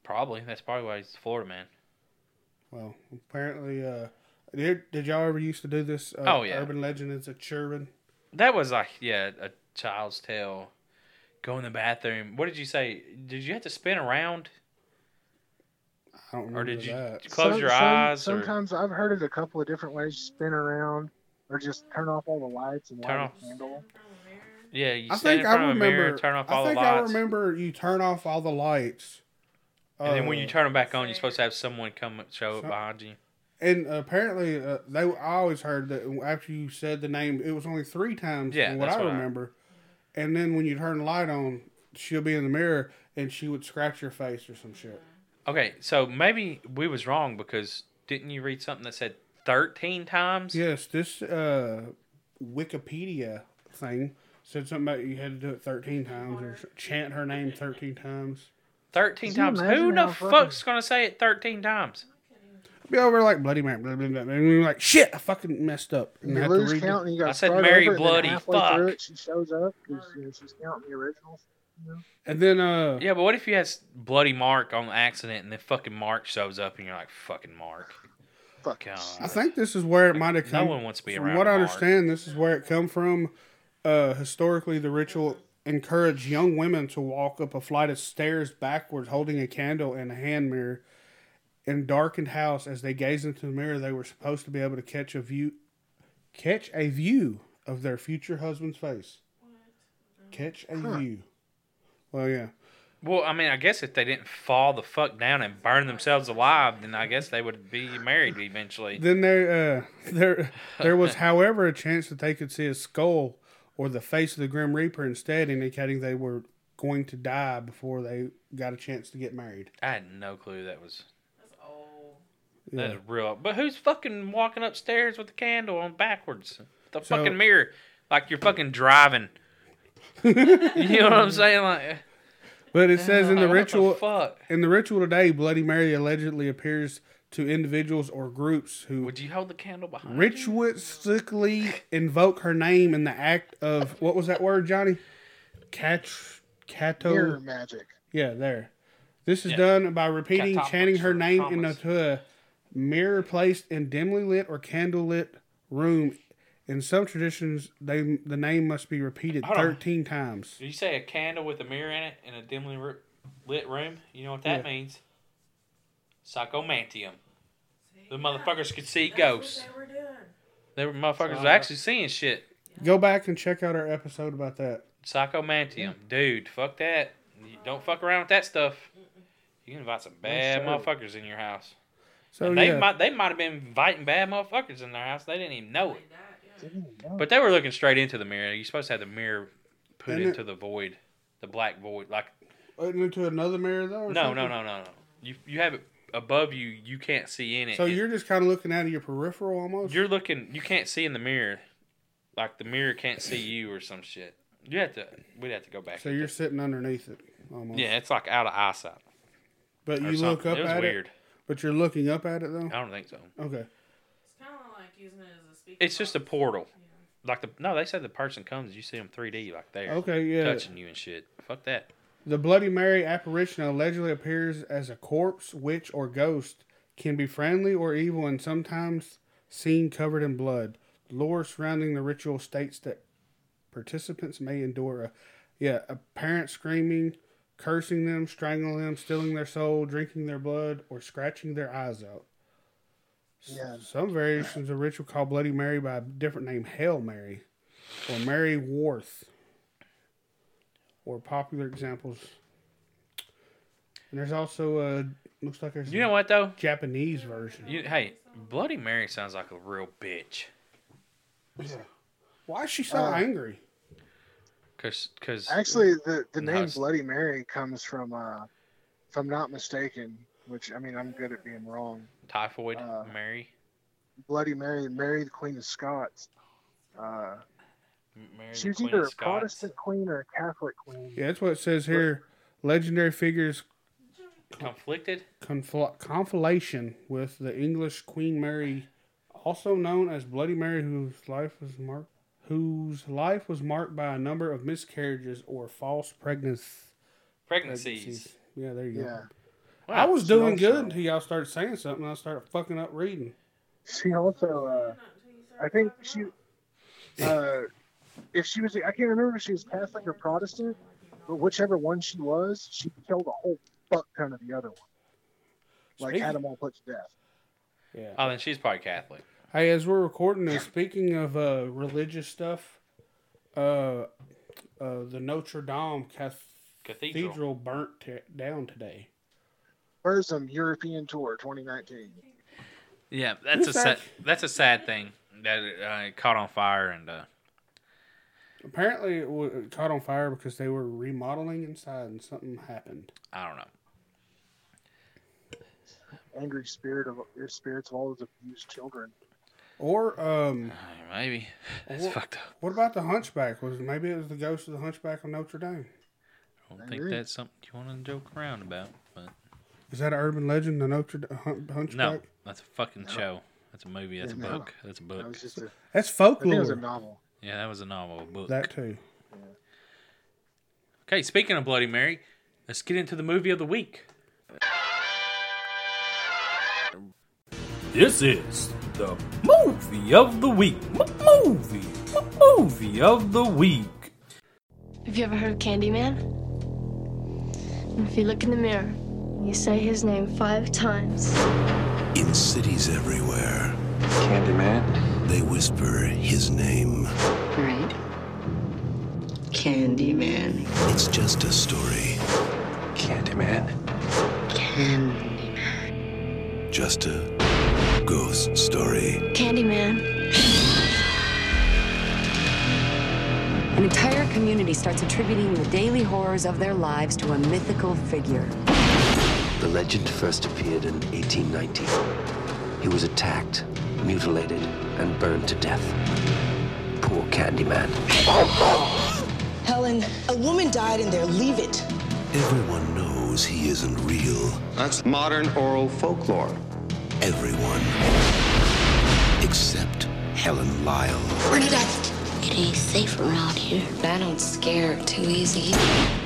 Probably. That's probably why he's a Florida man.
Well, apparently, uh, did, did y'all ever used to do this? Uh,
Oh, yeah.
Urban legend is a churban.
That was like yeah, a child's tale. Go in the bathroom. What did you say? Did you have to spin around,
I don't remember
or did you
that.
close
some-
your
some-
eyes, or
Sometimes I've heard it a couple of different ways: spin around, or just turn off all the lights and
Turn
light
off-
a candle.
yeah? You
I
stand
think
in
I
front of a
remember.
mirror, turn off all
I
the
think I
lights,
remember you turn off all the lights.
and then when you
Uh,
turn them back on, you're supposed to have someone come and show up
Some-
behind you.
and apparently uh, they I always heard that after you said the name, it was only three times.
Yeah,
from what
that's
I
what I-
remember. And then when you turn the light on, she'll be in the mirror and she would scratch your face or some shit.
Okay, so maybe we was wrong because didn't you read something that said thirteen times?
Yes, this uh, Wikipedia thing said something about you had to do it thirteen times or s- chant her name thirteen times.
Thirteen
Can you
times. Who
imagine
the
how fucking-
fuck's gonna say it thirteen times?
Be over like bloody Mary, blah, blah, blah, blah, and you're like shit. I fucking messed up. And
You
have to
lose
read the-
count and you got.
I said Mary Bloody
halfway Through
fuck.
it, she shows up. 'cause, you know, she's counting the originals.
and then uh,
Yeah, but what if you has bloody Mark on accident and then fucking Mark shows up and you're like fucking Mark?
Fuck.
God.
I think this is where it might have
No
come.
one wants to be
From
around.
what I
Mark.
understand, this is where it come from. Uh, historically, the ritual encouraged young women to walk up a flight of stairs backwards, holding a candle and a hand mirror. In darkened house, as they gazed into the mirror, they were supposed to be able to catch a view, catch a view of their future husband's face. Catch a view. Well, yeah.
Well, I mean, I guess if they didn't fall the fuck down and burn themselves alive, then I guess they would be married eventually.
Then there, uh, there, there was, however, a chance that they could see a skull or the face of the Grim Reaper instead, indicating they were going to die before they got a chance to get married.
I had no clue that was
That's old.
that
Yeah.
was real. But who's fucking walking upstairs with a candle on backwards? The
So-
fucking mirror, like you're fucking
(laughs)
driving. you know what I'm saying? Like,
But it says in the
like, what
ritual,
fuck.
in the ritual today, Bloody Mary allegedly appears to individuals or groups who
Would you hold the candle behind? you?
ritualistically invoke her name in the act of what was that word, Johnny? Cat, cato.
Mirror magic.
Yeah, there. This is
Yeah.
done by repeating,
Catopolis
chanting her
or
name
commas.
into a uh, mirror placed in dimly lit or candlelit room. In some traditions, they the name must be repeated
Hold on.
thirteen times.
Did you say a candle with a mirror in it in a dimly ri- lit room? You know what that
Yeah.
means? Psychomantium.
See?
The motherfuckers could see
That's
ghosts.
What they were doing.
They were motherfuckers
Uh,
were actually seeing shit.
Go back and check out our episode about that.
Psychomantium, dude. Fuck that. You don't fuck around with that stuff. You can invite some bad
Yes, sir.
motherfuckers in your house.
So
and they
Oh, yeah,
might they might have been inviting bad motherfuckers in their house. They didn't even know it.
Like that, yeah.
Didn't even know.
But they were looking straight into the mirror. You're supposed to have the mirror put
And it-
into the void, the black void. Like
Went into another mirror though. or
no,
something?
no, no, no, no. You you have it above you. You can't see in it.
So
It-
you're just kind of looking out of your peripheral almost.
You're looking. You can't see in the mirror, like the mirror can't
(laughs)
see you or some shit. You have to. We'd have to go back.
so
and
you're
look.
sitting underneath it almost.
Yeah, it's like out of eyesight.
But
or
you look
something.
up
It was
at
weird.
it. But you're looking up at it though.
I don't think so.
Okay.
It's kind of like using it as a speaker.
It's just a
box.
portal.
Yeah.
Like the no, they said the person comes, you see them 3D like there,
Okay. Yeah.
touching you and shit. Fuck that.
The Bloody Mary apparition allegedly appears as a corpse, witch, or ghost, can be friendly or evil, and sometimes seen covered in blood. Lore surrounding the ritual states that participants may endure a, yeah, a parent screaming, cursing them, strangling them, stealing their soul, drinking their blood, or scratching their eyes out. S-
Yeah.
Some variations of ritual call Bloody Mary by a different name, Hail Mary, or Mary Worth, or popular examples. And there's also a looks like there's
You know what though?
a Japanese version.
You, hey, Bloody Mary sounds like a real bitch.
Why is she so
Uh,
angry?
Cause, cause
Actually, the the
No,
name
it's-
Bloody Mary comes from, uh, if I'm not mistaken, which I mean I'm good at being wrong.
typhoid
uh,
Mary,
Bloody Mary, Mary the Queen of Scots. Uh,
Mary
she
the
was
Queen
either
of
a
Scots.
Protestant queen or a Catholic queen.
Yeah, that's what it says here. Legendary figures
Conflicted.
confl- conflation with the English Queen Mary also known as Bloody Mary, whose life was marked whose life was marked by a number of miscarriages or false pregnancies.
Pregnancies.
Yeah, there you go.
Yeah.
Wow.
I was
she
doing
also-
good until y'all started saying something. and I started fucking up reading.
She also, uh, I think she, uh, if she was, I can't remember if she was Catholic or Protestant, but whichever one she was, she killed a whole fuck ton of the other one. Like
Speaking-
had them all put to death.
yeah.
Oh, then she's probably Catholic.
Hey, as we're recording this, speaking of uh, religious stuff, uh, uh, the Notre Dame Cathedral,
Cathedral.
burnt t- down today.
Where's some European tour 2019?
Yeah, that's a
Who's
sad,
that?
that's a sad thing that it, uh, it caught on fire and uh,
Apparently, it, w- it caught on fire because they were remodeling inside and something happened.
I don't know.
Angry spirit of spirits of all those abused children.
Or, um,
Uh, Maybe (sighs) that's
Well-
fucked up.
what about the Hunchback? Was maybe it was the ghost of the Hunchback of Notre Dame?
I
I
don't think
agree.
that's something you want to joke around about. But
Is that an urban legend? The Notre D- uh, Hun- Hunchback?
no, that's a fucking show. That's a movie. That's a
No.
book. That's a
That
book.
was just a,
that's
I think it was a
folklore.
novel.
Yeah, that was a novel, a book.
That too.
Okay, speaking of Bloody Mary, let's get into the movie of the week.
This is the movie of the week. Movie. Movie of the week.
Have you ever heard of Candyman? If you look in the mirror, you say his name five times.
In cities everywhere,
Candyman.
they whisper his name.
Right. Candyman.
It's just a story,
Candyman.
Candy.
just a ghost story.
Candyman.
An entire community starts attributing the daily horrors of their lives to a mythical figure.
The legend first appeared in 1890. He was attacked, mutilated, and burned to death. Poor Candyman.
Helen, a woman died in there. Leave it.
Everyone knows he isn't real.
That's modern oral folklore.
Everyone. Except Helen Lyle.
Where did I? It ain't safe around here. I don't scare too easy.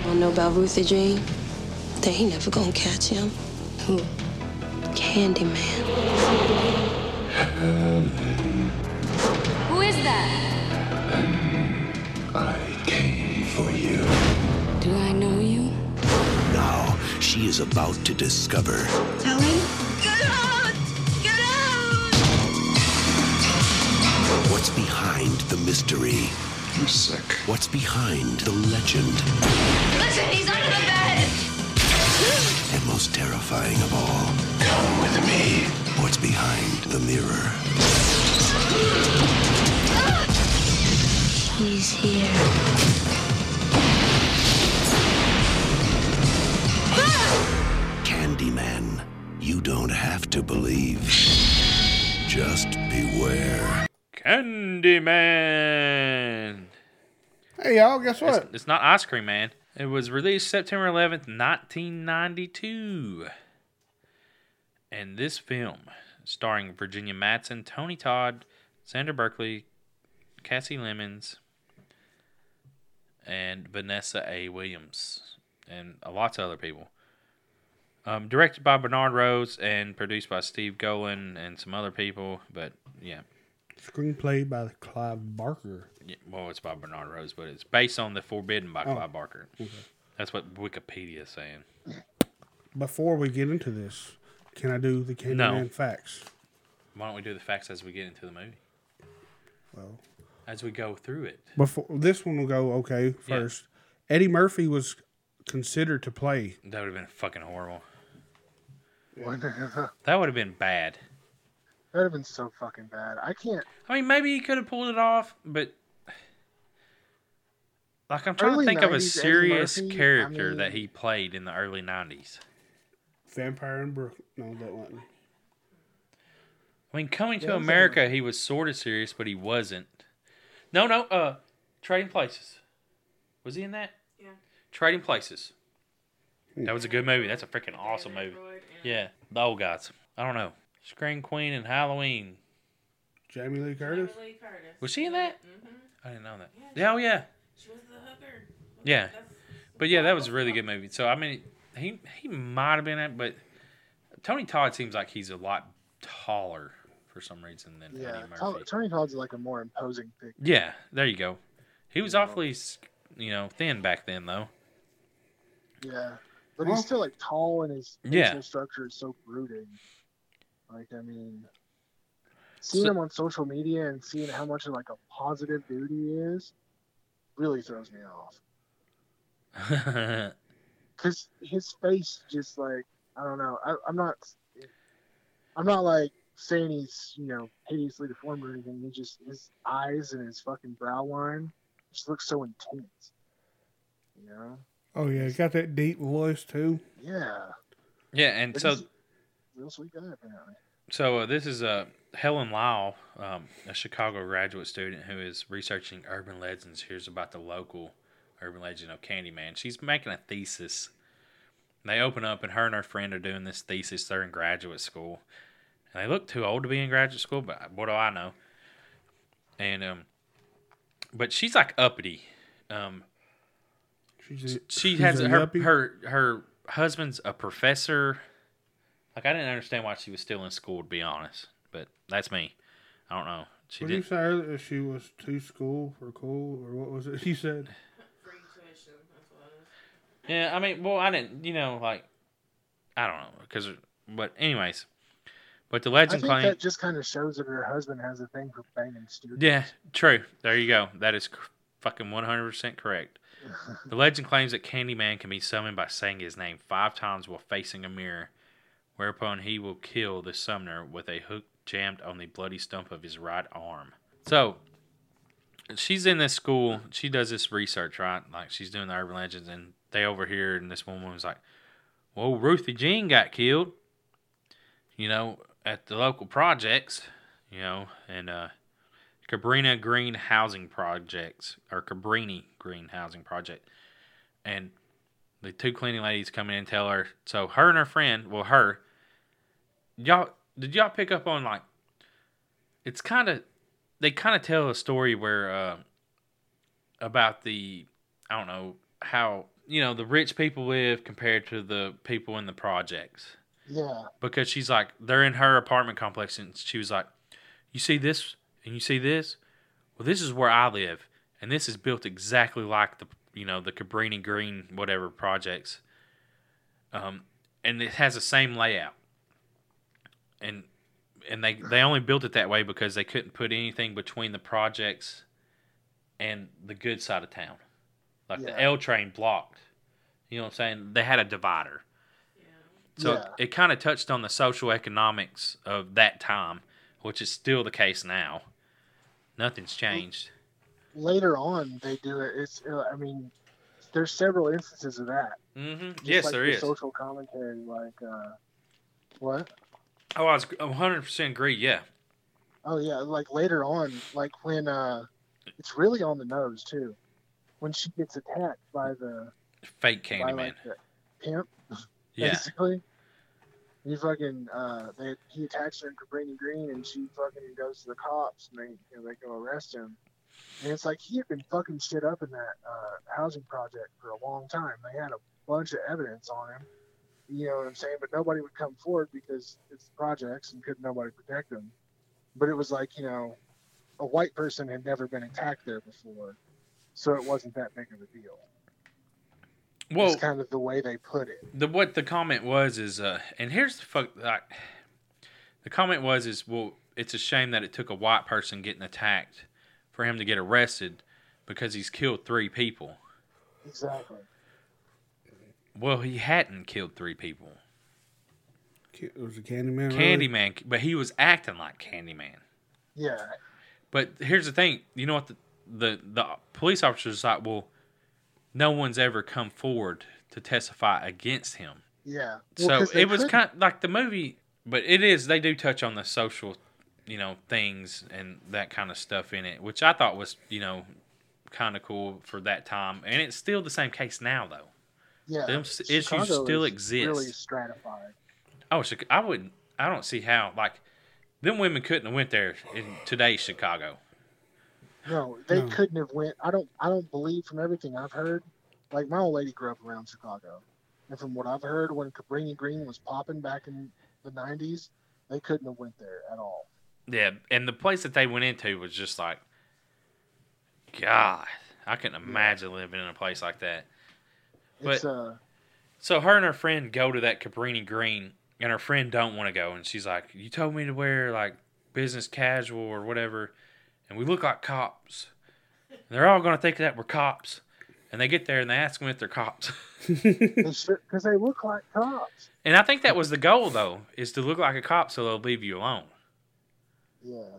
Don't know about Ruthie Jean. They ain't never gonna catch him. Who? Candyman.
Who is that?
I came for you.
Do I know you?
Now, she is about to discover
Tell him. Get out! Get out!
what's behind the mystery.
I'm sick.
What's behind the legend?
Listen, he's under the bed.
And most terrifying of all, come with me. What's behind the mirror?
He's here.
Candyman. You don't have to believe. Just beware.
Candyman.
Hey, y'all, guess
It's,
what?
it's not Ice Cream Man. It was released September 11th, 1992. And this film, starring Virginia Madsen, Tony Todd, Sandra Berkeley, Cassie Lemons, and Vanessa A. Williams, and lots of other people. Um, directed by Bernard Rhodes and produced by Steve Golan and some other people, but yeah,
Screenplay by Clive Barker.
yeah, well, it's by Bernard Rose, but it's based on the Forbidden
Oh.
by Clive Barker. That's what Wikipedia is saying.
Before we get into this, can I do the Candyman
No.
facts?
Why don't we do the facts as we get into the movie,
Well,
as we go through it?
before this one will go okay
Yeah.
first. Eddie Murphy was considered to play.
That would have been fucking horrible.
(laughs) That'd
That would have been bad.
have been so fucking bad. I can't.
I mean, maybe he could have pulled it off, but like I'm trying
Early
to think of
90s
a
Eddie
serious
Murphy, I
character that
mean-
he played in the early '90s.
Vampire in Brook. No, that wasn't.
I mean, coming to America, he was sort of serious, but he wasn't. No, no. Uh, Trading Places. Was he in that?
Yeah.
Trading Places. That was a good movie. That's a freaking awesome movie.
Freud and
Yeah, the old guys. I don't know. Scream Queen and Halloween.
Jamie Lee Curtis.
Jamie Lee Curtis.
Was she in that?
Mm-hmm.
I didn't know that. Yeah, oh yeah,
She was the hooker.
yeah. But yeah, that was a really good movie. So I mean, he he might have been in it, but Tony Todd seems like he's a lot taller for some reason than
Yeah,
Eddie Murphy.
Tony- Tony Todd's like a more imposing figure.
Yeah, there you go. He was awfully, s- you know, thin back then though. (laughs)
Yeah, but
Well-
he's still like tall, and his
Yeah.
facial structure is so brooding. Like, I mean, seeing
So-
him on social media and seeing how much of like a positive dude he is, really throws me off. Cause his face just like I don't know. I, I'm not. I'm not like saying he's you know hideously deformed or anything. He just his eyes and his fucking brow line just look so intense. You know?
Oh yeah, he's got that deep voice too.
Yeah.
yeah, and
But
so
he's a real sweet guy apparently.
So uh, this is uh, Helen Lyle, um, a Chicago graduate student who is researching urban legends. Here's about the local urban legend of Candyman. She's making a thesis. And they open up, and her and her friend are doing this thesis. They're in graduate school, and they look too old to be in graduate school, but what do I know? And um, but she's like uppity. Um,
She's a,
she
she's
has
a
her
yuppie.
her her husband's a professor. Like I didn't understand why she was still in school, to be honest. But that's me. I don't know. She
What did you
did.
say earlier? She was too school for cool, or what was it? (laughs) She said.
Free tuition. That's what it is.
Yeah, I mean, well, I didn't. You know, like I don't know, because. But anyways, but the
I
legend
think
claim.
that just kind of shows that her husband has a thing for banging students.
Yeah, true. There you go. That is cr- fucking 100% correct. The legend claims that Candyman can be summoned by saying his name five times while facing a mirror, whereupon he will kill the summoner with a hook jammed on the bloody stump of his right arm. So, she's in this school. She does this research, right? Like, she's doing the urban legends, and they overhear, and this one woman's like, Well, Ruthie Jean got killed, you know, at the local projects, you know, and, uh, Cabrina Green Housing Projects or Cabrini Green Housing Project. And the two cleaning ladies come in and tell her so her and her friend, well her y'all did y'all pick up on like it's kinda they kinda tell a story where uh about the I don't know how you know the rich people live compared to the people in the projects
Yeah.
because she's like they're in her apartment complex and she was like you see this and you see this well this is where i live and this is built exactly like the you know the cabrini green whatever projects um, and it has the same layout and and they they only built it that way because they couldn't put anything between the projects and the good side of town like
Yeah.
the l train blocked you know what i'm saying they had a divider so
Yeah.
it kind of touched on the social economics of that time, which is still the case now. Nothing's
Mm-hmm.
changed.
Later on, they do it. It's. uh, I mean, there's several instances of that.
Mm-hmm.
Just
Yes,
like
there
the
is.
Social commentary, like uh, what?
Oh, I was 100% agree. Yeah.
Oh yeah, like later on, like when uh, it's really on the nose too, when she gets attacked by the
Fake
by
Candyman.
like the pimp.
Yeah. (laughs)
basically. He fucking uh, they he attacks her in Cabrini Green, and she fucking goes to the cops, and they and they go arrest him. And it's like he had been fucking shit up in that uh, housing project for a long time. They had a bunch of evidence on him, you know what I'm saying? But nobody would come forward because it's the projects, and couldn't nobody protect them. But it was like you know, a white person had never been attacked there before, so it wasn't that big of a deal.
Well,
it's kind of the way they put it.
the what the comment was is uh and here's the fuck like the comment was is well it's a shame that it took a white person getting attacked for him to get arrested because he's killed three people
Exactly.
well he hadn't killed three people
Ca- It was a Candyman. really?
candyman but he was acting like candyman
Yeah.
But here's the thing. You know what? The the, the police officer's like, well, no one's ever come forward to testify against him.
Yeah.
so it was kind like the movie, but it is. They do touch on the social, you know, things and that kind of stuff in it, which I thought was you know kind of cool for that time. And it's still the same case now, though.
yeah,
them s- issues still
is
exist.
Really stratified.
Oh, so I wouldn't. I don't see how. Like, Them women couldn't have went there in today's Chicago.
No, they
No.
couldn't have went. I don't. I don't believe from everything I've heard. Like my old lady grew up around Chicago, and from what I've heard, when Cabrini Green was popping back in the '90s, they couldn't have went there at all.
Yeah, and the place that they went into was just like, God, I couldn't imagine living in a place like that. But
It's uh,
so her and her friend go to that Cabrini Green, and her friend don't want to go, and she's like, "You told me to wear like business casual or whatever, and we look like cops. And they're all gonna think that we're cops." And they get there and they ask them if they're cops.
because they look like cops.
And I think that was the goal though, is to look like a cop so they'll leave you alone.
Yeah.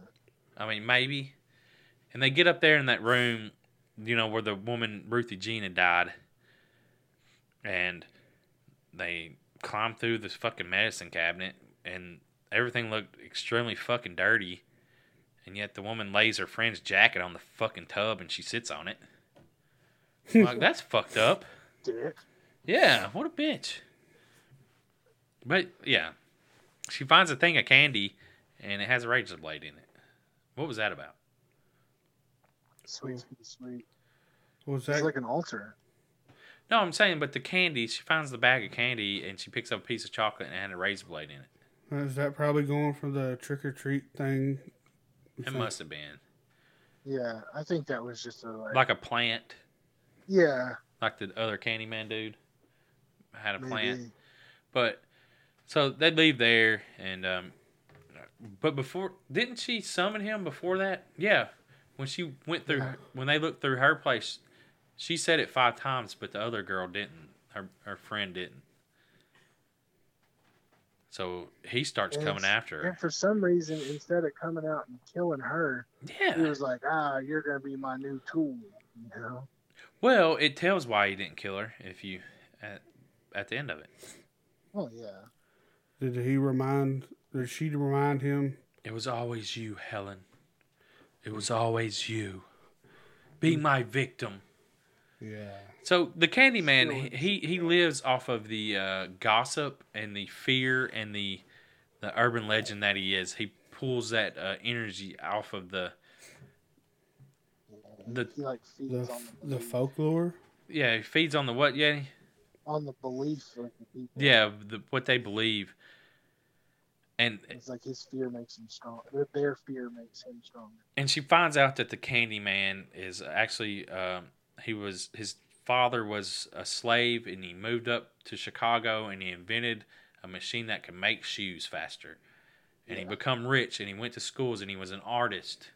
I mean, maybe. And they get up there in that room, you know, where the woman Ruthie Jean had died, and they climb through this fucking medicine cabinet, and everything looked extremely fucking dirty. And yet the woman lays her friend's jacket on the fucking tub, and she sits on it. Like that's fucked up.
Dick.
Yeah, what a bitch. But yeah, she finds a thing of candy, and it has a razor blade in it. What was that about?
Sweet, sweet, sweet.
What was
It's like an altar.
No, I'm saying, but the candy. She finds the bag of candy, and she picks up a piece of chocolate and it had a razor blade in it.
Is that probably going for the trick or treat thing?
It must have been
Yeah, I think that was just a like.
like a plant,
yeah.
like the other Candyman dude had a plant.
Maybe.
But so they leave there, and um, but before didn't she summon him before that? Yeah, when she went through when they looked through her place, she said it five times, but the other girl didn't. Her her friend didn't. So he starts
And
coming
it's-
after her.
And for some reason, instead of coming out and killing her,
yeah.
he was like, "Ah, you're gonna be my new tool," you know.
Well, it tells why he didn't kill her if you at, at the end of it.
Oh yeah.
Did he remind? Did she remind him?
It was always you, Helen. It was always you. Be my victim.
Yeah.
So the Candyman, he he lives off of the uh, gossip and the fear and the the urban legend that he is. He pulls that uh, energy off of the the
He like
The
feeds on
f- the folklore.
yeah. He feeds on the what? Yeah,
on the belief of the people.
yeah. The, what they believe. And
It's like his fear makes him strong. Their, their fear makes him stronger.
and she finds out that the Candyman is actually um, he was his father was a slave and he moved up to Chicago and he invented a machine that could make shoes faster and he become rich and he went to schools and he was an artist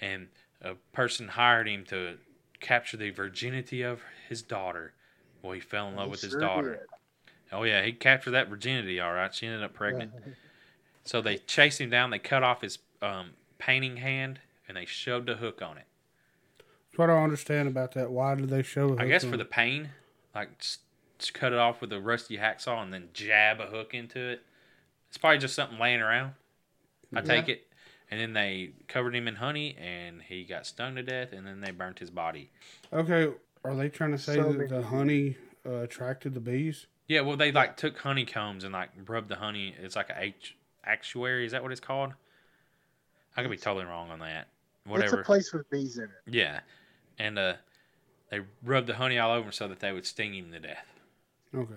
and a person hired him to capture the virginity of his daughter well he fell in love
He
with
sure
his daughter
did.
oh yeah he captured that virginity all right she ended up pregnant so they chased him down. They cut off his um, painting hand and they shoved a hook on it.
That's what I don't understand about that. Why did they show?
I guess for the pain, like s s- cut it off with a rusty hacksaw and then jab a hook into it. It's probably just something laying around. I take it. And then they covered him in honey and he got stung to death and then they burnt his body.
Okay, are they trying to say
So
that
many-
the honey uh, attracted the bees?
Yeah, well, they like took honeycombs and like rubbed the honey. It's like a H- actuary. Is that what it's called? I could be totally wrong on that. Whatever.
It's a place with bees in it.
Yeah, and uh, they rubbed the honey all over him so that they would sting him to death.
Okay,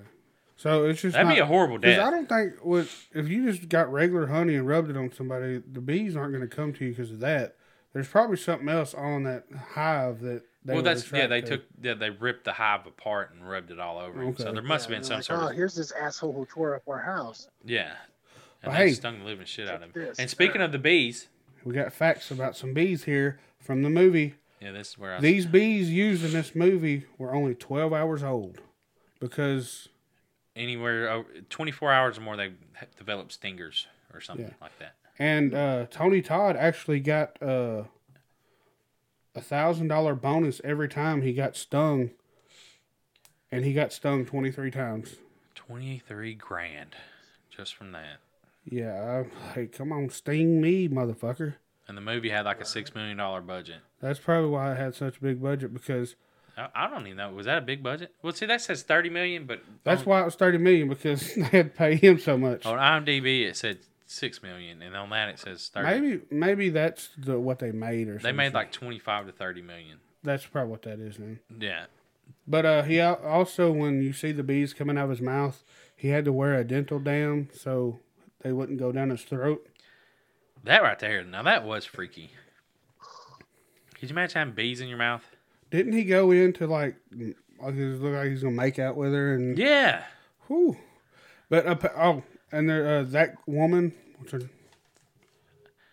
so it's just
That'd be
not-
a horrible
'cause
death.
I don't think what if you just got regular honey and rubbed it on somebody, the bees aren't going to come to you because of that. There's probably something else on that hive that they
well,
were
that's yeah. They
attracted.
took yeah. They ripped the hive apart and rubbed it all over him. So
Okay.
there must
Yeah,
have been
they're
some
like,
sort
oh,
of
here's this asshole who tore up our house.
yeah. And
Well,
they
hey,
stung the living shit out of him.
this.
And speaking of the bees,
We got facts about some bees here from the movie.
yeah, this is where I
These bees used in this movie were only 12 hours old because
anywhere over, 24 hours or more they ha- develop stingers or something
Yeah.
like that.
and uh, Tony Todd actually got uh, a thousand dollar bonus every time he got stung, and he got stung 23 times.
23 grand just from that.
Yeah, I, hey, come on, sting me, motherfucker.
And the movie had like a six million dollar budget.
That's probably why it had such a big budget because
I, I don't even know. Was that a big budget? Well, see, that says 30 million, but
that's
on-
(laughs)
Oh,
why it was 30 million because they had to pay him so much.
On IMDb, it said six million, and on that it says thirty.
Maybe maybe that's the what they made or
they
something.
made like twenty five to thirty million.
that's probably what that is then.
Yeah,
But uh, he al- also when you see the bees coming out of his mouth, he had to wear a dental dam so they wouldn't go down his throat.
that right there. Now that was freaky. Could you imagine having bees in your mouth?
Didn't he go into like like it looked like he's gonna make out with her and
yeah,
whew. But uh, oh, and there uh, that woman, what's her?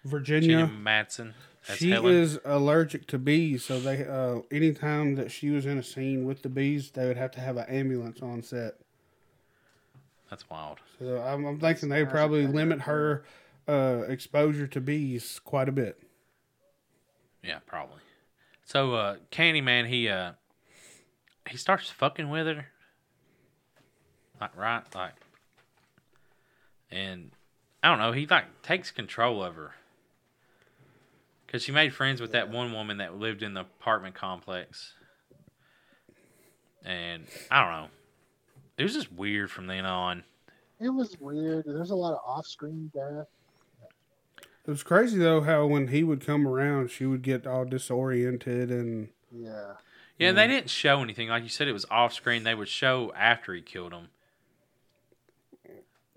Virginia.
Virginia Madsen. That's
She
Helen.
is allergic to bees, so they uh, anytime that she was in a scene with the bees, they would have to have an ambulance on set.
That's wild.
So I'm, I'm thinking they probably limit her uh, exposure to bees quite a bit.
Yeah, probably. So uh Candyman he uh he starts fucking with her. Like right, like and I don't know, he like takes control of her. Cause she made friends with that one woman that lived in the apartment complex. And I don't know. It was just weird from then on.
It was weird. There's a lot of off-screen death.
It was crazy though how when he would come around, she would get all disoriented and
yeah.
Yeah, they didn't show anything. Like you said, it was off screen. They would show after he killed him.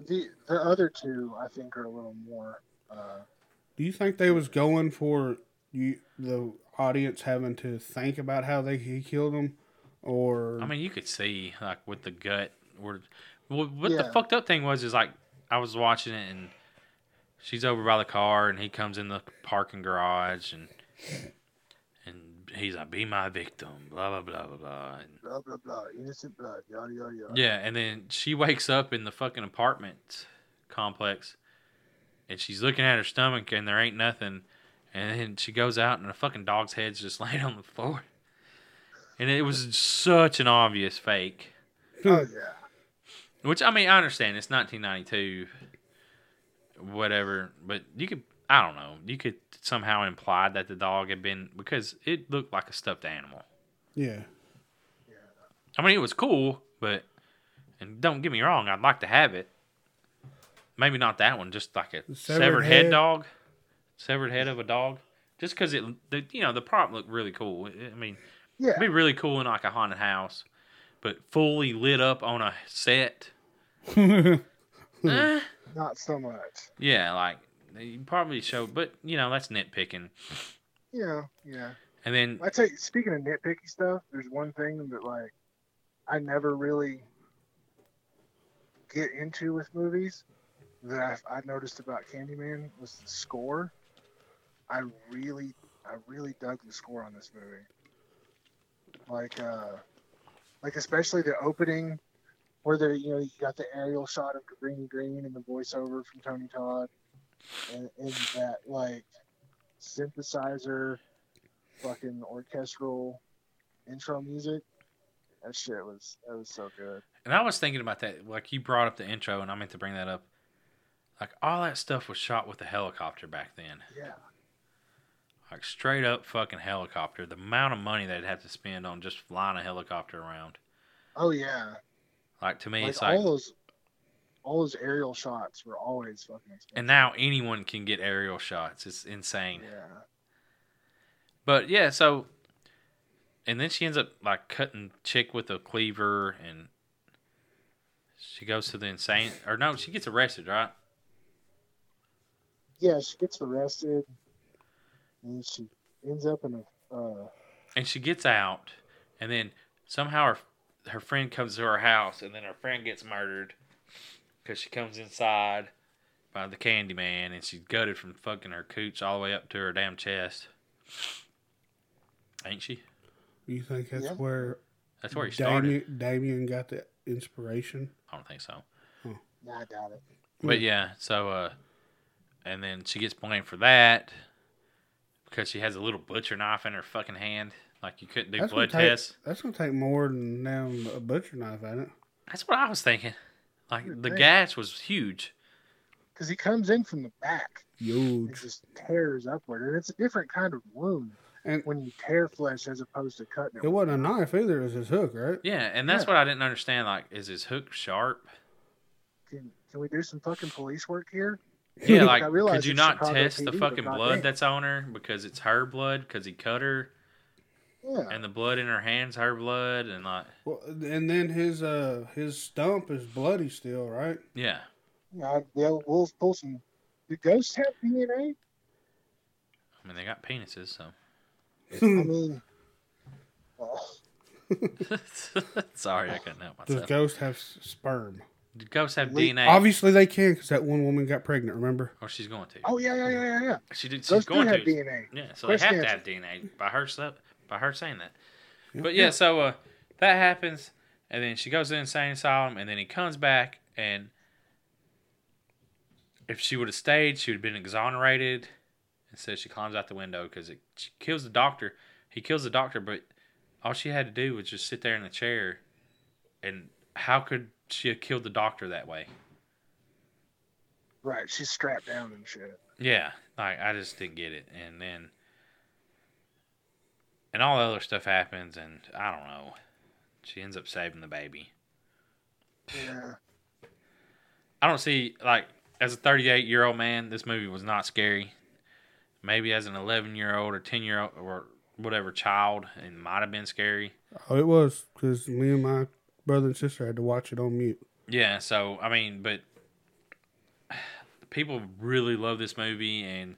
The the other two, I think, are a little more. Uh,
Do you think they was going for you the audience having to think about how they he killed him, or
I mean, you could see like with the gut. Or, well, what the
Yeah.
fucked up thing was is like I was watching it and she's over by the car and he comes in the parking garage and and he's like, "Be my victim," blah blah blah blah blah. And,
blah blah blah, innocent blood, yada yada yada.
yeah, and then she wakes up in the fucking apartment complex and she's looking at her stomach and there ain't nothing. And then she goes out and a fucking dog's head's just (laughs) laying on the floor. And it was such an obvious fake.
Hmm,
Oh yeah.
Which I mean, I understand it's 1992, whatever. But you could, I don't know, you could somehow imply that the dog had been because it looked like a stuffed animal.
yeah, (laughs)
I mean, it was cool, but and don't get me wrong, I'd like to have it. Maybe not that one, just like a severed, head.
head.
dog, severed head of a dog. Just because it, the, you know, the prop looked really cool. I mean,
yeah,
it'd be really cool in like a haunted house, but fully lit up on a set. Eh.
Not so much.
Yeah, like you probably showed, but you know that's nitpicking.
Yeah, yeah.
And then
I tell you, speaking of nitpicky stuff, there's one thing that like I never really get into with movies that I've, I noticed about Candyman was the score. I really, I really dug the score on this movie. Like, uh, like especially the opening where they, you know, you got the aerial shot of Green Green and the voiceover from Tony Todd, and, and that like synthesizer fucking orchestral intro music. That shit was that was so good.
and I was thinking about that, like you brought up the intro, and I meant to bring that up. Like all that stuff was shot with a helicopter back then,
Yeah.
like straight up fucking helicopter. The amount of money they'd have to spend on just flying a helicopter around,
Oh yeah.
like to me,
Like,
it's like.
all those all those aerial shots were always fucking
and now anyone can get aerial shots. It's insane.
Yeah.
But yeah, so and then she ends up like cutting chick with a cleaver and she goes to the insane or no, she gets arrested, right?
Yeah, she gets arrested and she ends up in a uh
And she gets out and then somehow her her friend comes to her house and then her friend gets murdered cuz she comes inside by the candy man and she's gutted from fucking her cooch all the way up to her damn chest. Ain't she?
you think that's
Yeah.
where
That's where he
Damien, Damien got the inspiration.
I don't think so.
nah, I doubt it.
But yeah, so uh and then she gets blamed for that because she has a little butcher knife in her fucking hand. Like you couldn't do blood
gonna take,
tests.
That's gonna take more than now a butcher knife, ain't it?
That's what I was thinking. Like
Good
the
thing.
gash was huge.
Because he comes in from the back and
Huge.
just tears upward. And it's a different kind of wound
and
when you tear flesh as opposed to cutting it.
It wasn't a knife either. It was his hook, right?
Yeah, and that's what I didn't understand. Like, is his hook sharp?
Can, can we do some fucking police work here?
(laughs) Yeah, like
I realize
could you
it's
not
Chicago
test the
PD, but
fucking
goddamn.
blood that's on her because it's her blood because he cut her,
Yeah.
and the blood in her hands her blood and like
Well, and then his uh his stump is bloody still, right?
yeah.
Yeah, yeah, Wolf Wilson. Do ghosts have DNA?
(laughs) I mean they got penises, so (laughs)
I
Hmm.
mean, oh,
sorry I couldn't help
Does
myself.
ghosts have s- sperm?
Do ghosts have
Le-
DNA?
Obviously, they can because that one woman got pregnant. Remember?
Or she's going to.
oh yeah, yeah, yeah, yeah, yeah.
She did. She's
Ghosts do
going
have
to.
DNA.
Yeah, so
Question
they have
is-
to have DNA by her stuff, by her saying that. But yeah, so uh, that happens, and then she goes to the insane asylum, and then he comes back, and if she would have stayed, she would have been exonerated. And so she climbs out the window because it she kills the doctor. He kills the doctor, but all she had to do was just sit there in the chair. And how could she have killed the doctor that way?
Right, she's strapped down and shit.
Yeah, like I just didn't get it, and then and all the other stuff happens, and I don't know. She ends up saving the baby.
Yeah.
I don't see like as a 38 year old man, this movie was not scary. Maybe as an 11 year old or 10 year old or whatever child, it might have been scary.
Oh, it was because me and my brother and sister had to watch it on mute.
Yeah, so I mean, but (sighs) people really love this movie, and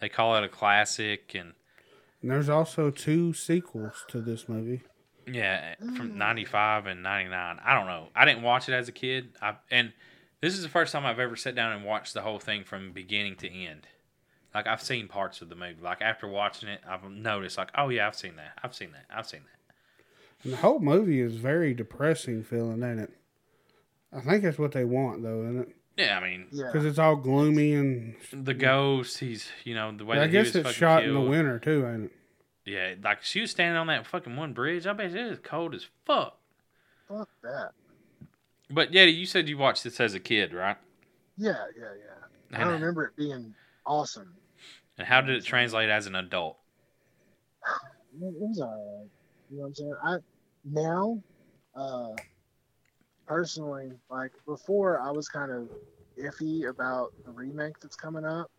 they call it a classic, and
And there's also two sequels to this movie.
Yeah,
Mm.
from '95 and '99. I don't know. I didn't watch it as a kid. I and this is the first time I've ever sat down and watched the whole thing from beginning to end. Like I've seen parts of the movie. Like after watching it, I've noticed like, oh yeah, I've seen that. I've seen that. I've seen that.
And the whole movie is very depressing feeling, ain't it? I think that's what they want, though, isn't it?
Yeah, I mean,
Because it's all gloomy and
Mm.
the ghost. He's you know the way.
I
that
guess
he was
it's
fucking
shot
killed.
in the winter too, ain't it?
Yeah, like she was standing on that fucking one bridge. I bet it is cold as fuck.
Fuck that.
But yeah, you said you watched this as a kid, right?
Yeah, yeah, yeah. I
And-
remember it being awesome.
And how did it translate as an adult?
It it was alright. You know what I'm saying? I now, uh, personally, like before, I was kind of iffy about the remake that's coming up.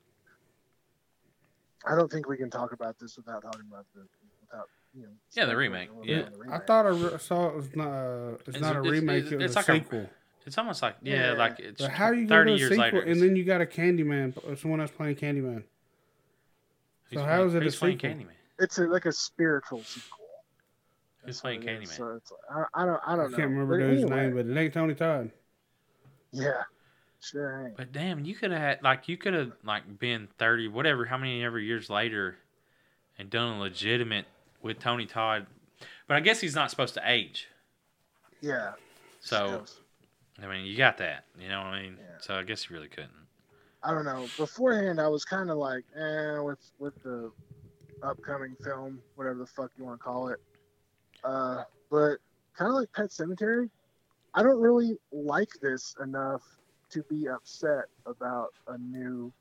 I don't think we can talk about this without talking about the without you know.
Yeah, the remake,
speculating a
yeah.
little bit on the
I
remake.
thought I re- saw it was not. Uh, it's, not a remake. it was a sequel.
it's almost like yeah,
Yeah.
like it's
but how are you gonna
thirty
do a
years
sequel
later.
and then you got a Candyman? Someone else playing Candyman.
He's
so
playing-
how is it a
he's playing
sequel?
Candyman?
It's a, like a spiritual sequel.
Who's playing
Yeah,
Candyman?
So it's, I, I don't I
I,
don't know.
can't remember
But
dude's
anyway,
name, but it ain't Tony Todd.
Yeah, sure ain't.
But damn, you could have had like you could have like been thirty, whatever, how many ever years later, and done a legitimate with Tony Todd. But I guess he's not supposed to age.
Yeah.
So
Yes.
I mean, you got that. You know what I mean?
Yeah.
So I guess you really couldn't.
I don't know. Beforehand, I was kind of like, eh, with with the upcoming film, whatever the fuck you want to call it. Uh, but kind of like Pet Cemetery, I don't really like this enough to be upset about a new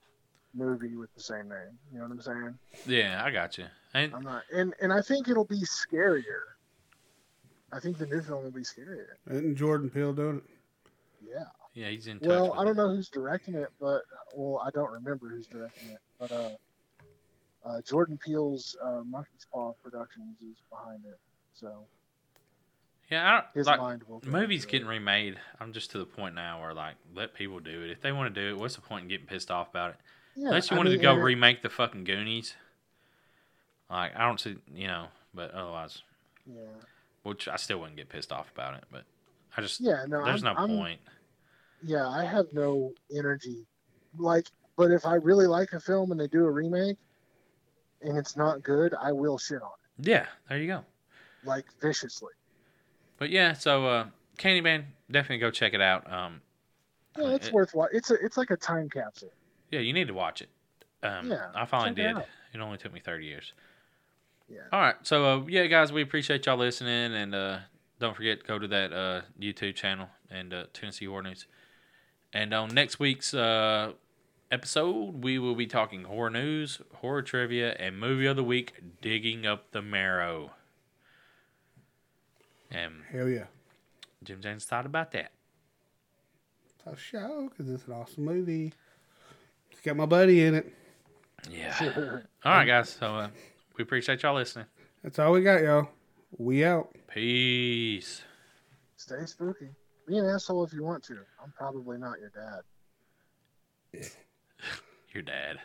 movie with the same name. You know what I'm saying?
Yeah, I got you. And
I'm not, and and I think it'll be scarier. I think the new film will be scarier.
Isn't Jordan Peele doing it?
Yeah.
yeah, he's in touch.
Well,
with
I
it.
don't know who's directing it, but well, I don't remember who's directing it, but uh, uh, Jordan Peele's uh, Monkey's Paw Productions is behind it, so
Yeah, I
his
don't, like
mind will. go
movies
into it.
getting remade. I'm just to the point now where like let people do it if they want to do it. What's the point in getting pissed off about it?
Yeah,
Unless you
I
wanted
mean,
to go
and it-
remake the fucking Goonies. Like, I don't see, you know, but otherwise,
Yeah,
which I still wouldn't get pissed off about it, but I just,
yeah, no,
there's
I'm-
no
I'm-
point.
Yeah, I have no energy, like, but if I really like a film and they do a remake, and it's not good, I will shit on
Yeah, there you go.
it like viciously.
But yeah, so uh, Candyman, definitely go check it out. Um,
Yeah, it's
It-
worth watching. It's a, it's like a time capsule.
(sighs)
(laughs)
yeah, you need to watch it. Um,
Yeah,
I finally
check it
did.
out.
It only took me 30 years.
Yeah.
All right, so uh, yeah, guys, we appreciate y'all listening, and uh, don't forget go to that uh, YouTube channel and uh, Tennessee Horror News. And on next week's uh, episode, we will be talking horror news, horror trivia, and movie of the week, digging up the marrow. And
Hell yeah!
Jim James thought about that.
It's a show because it's an awesome movie. Got my buddy in it.
Yeah. All right, guys. So uh, we appreciate y'all listening.
That's all we got, y'all. We out.
Peace.
Stay spooky. Be an asshole if you want to. I'm probably not your dad.
Your dad.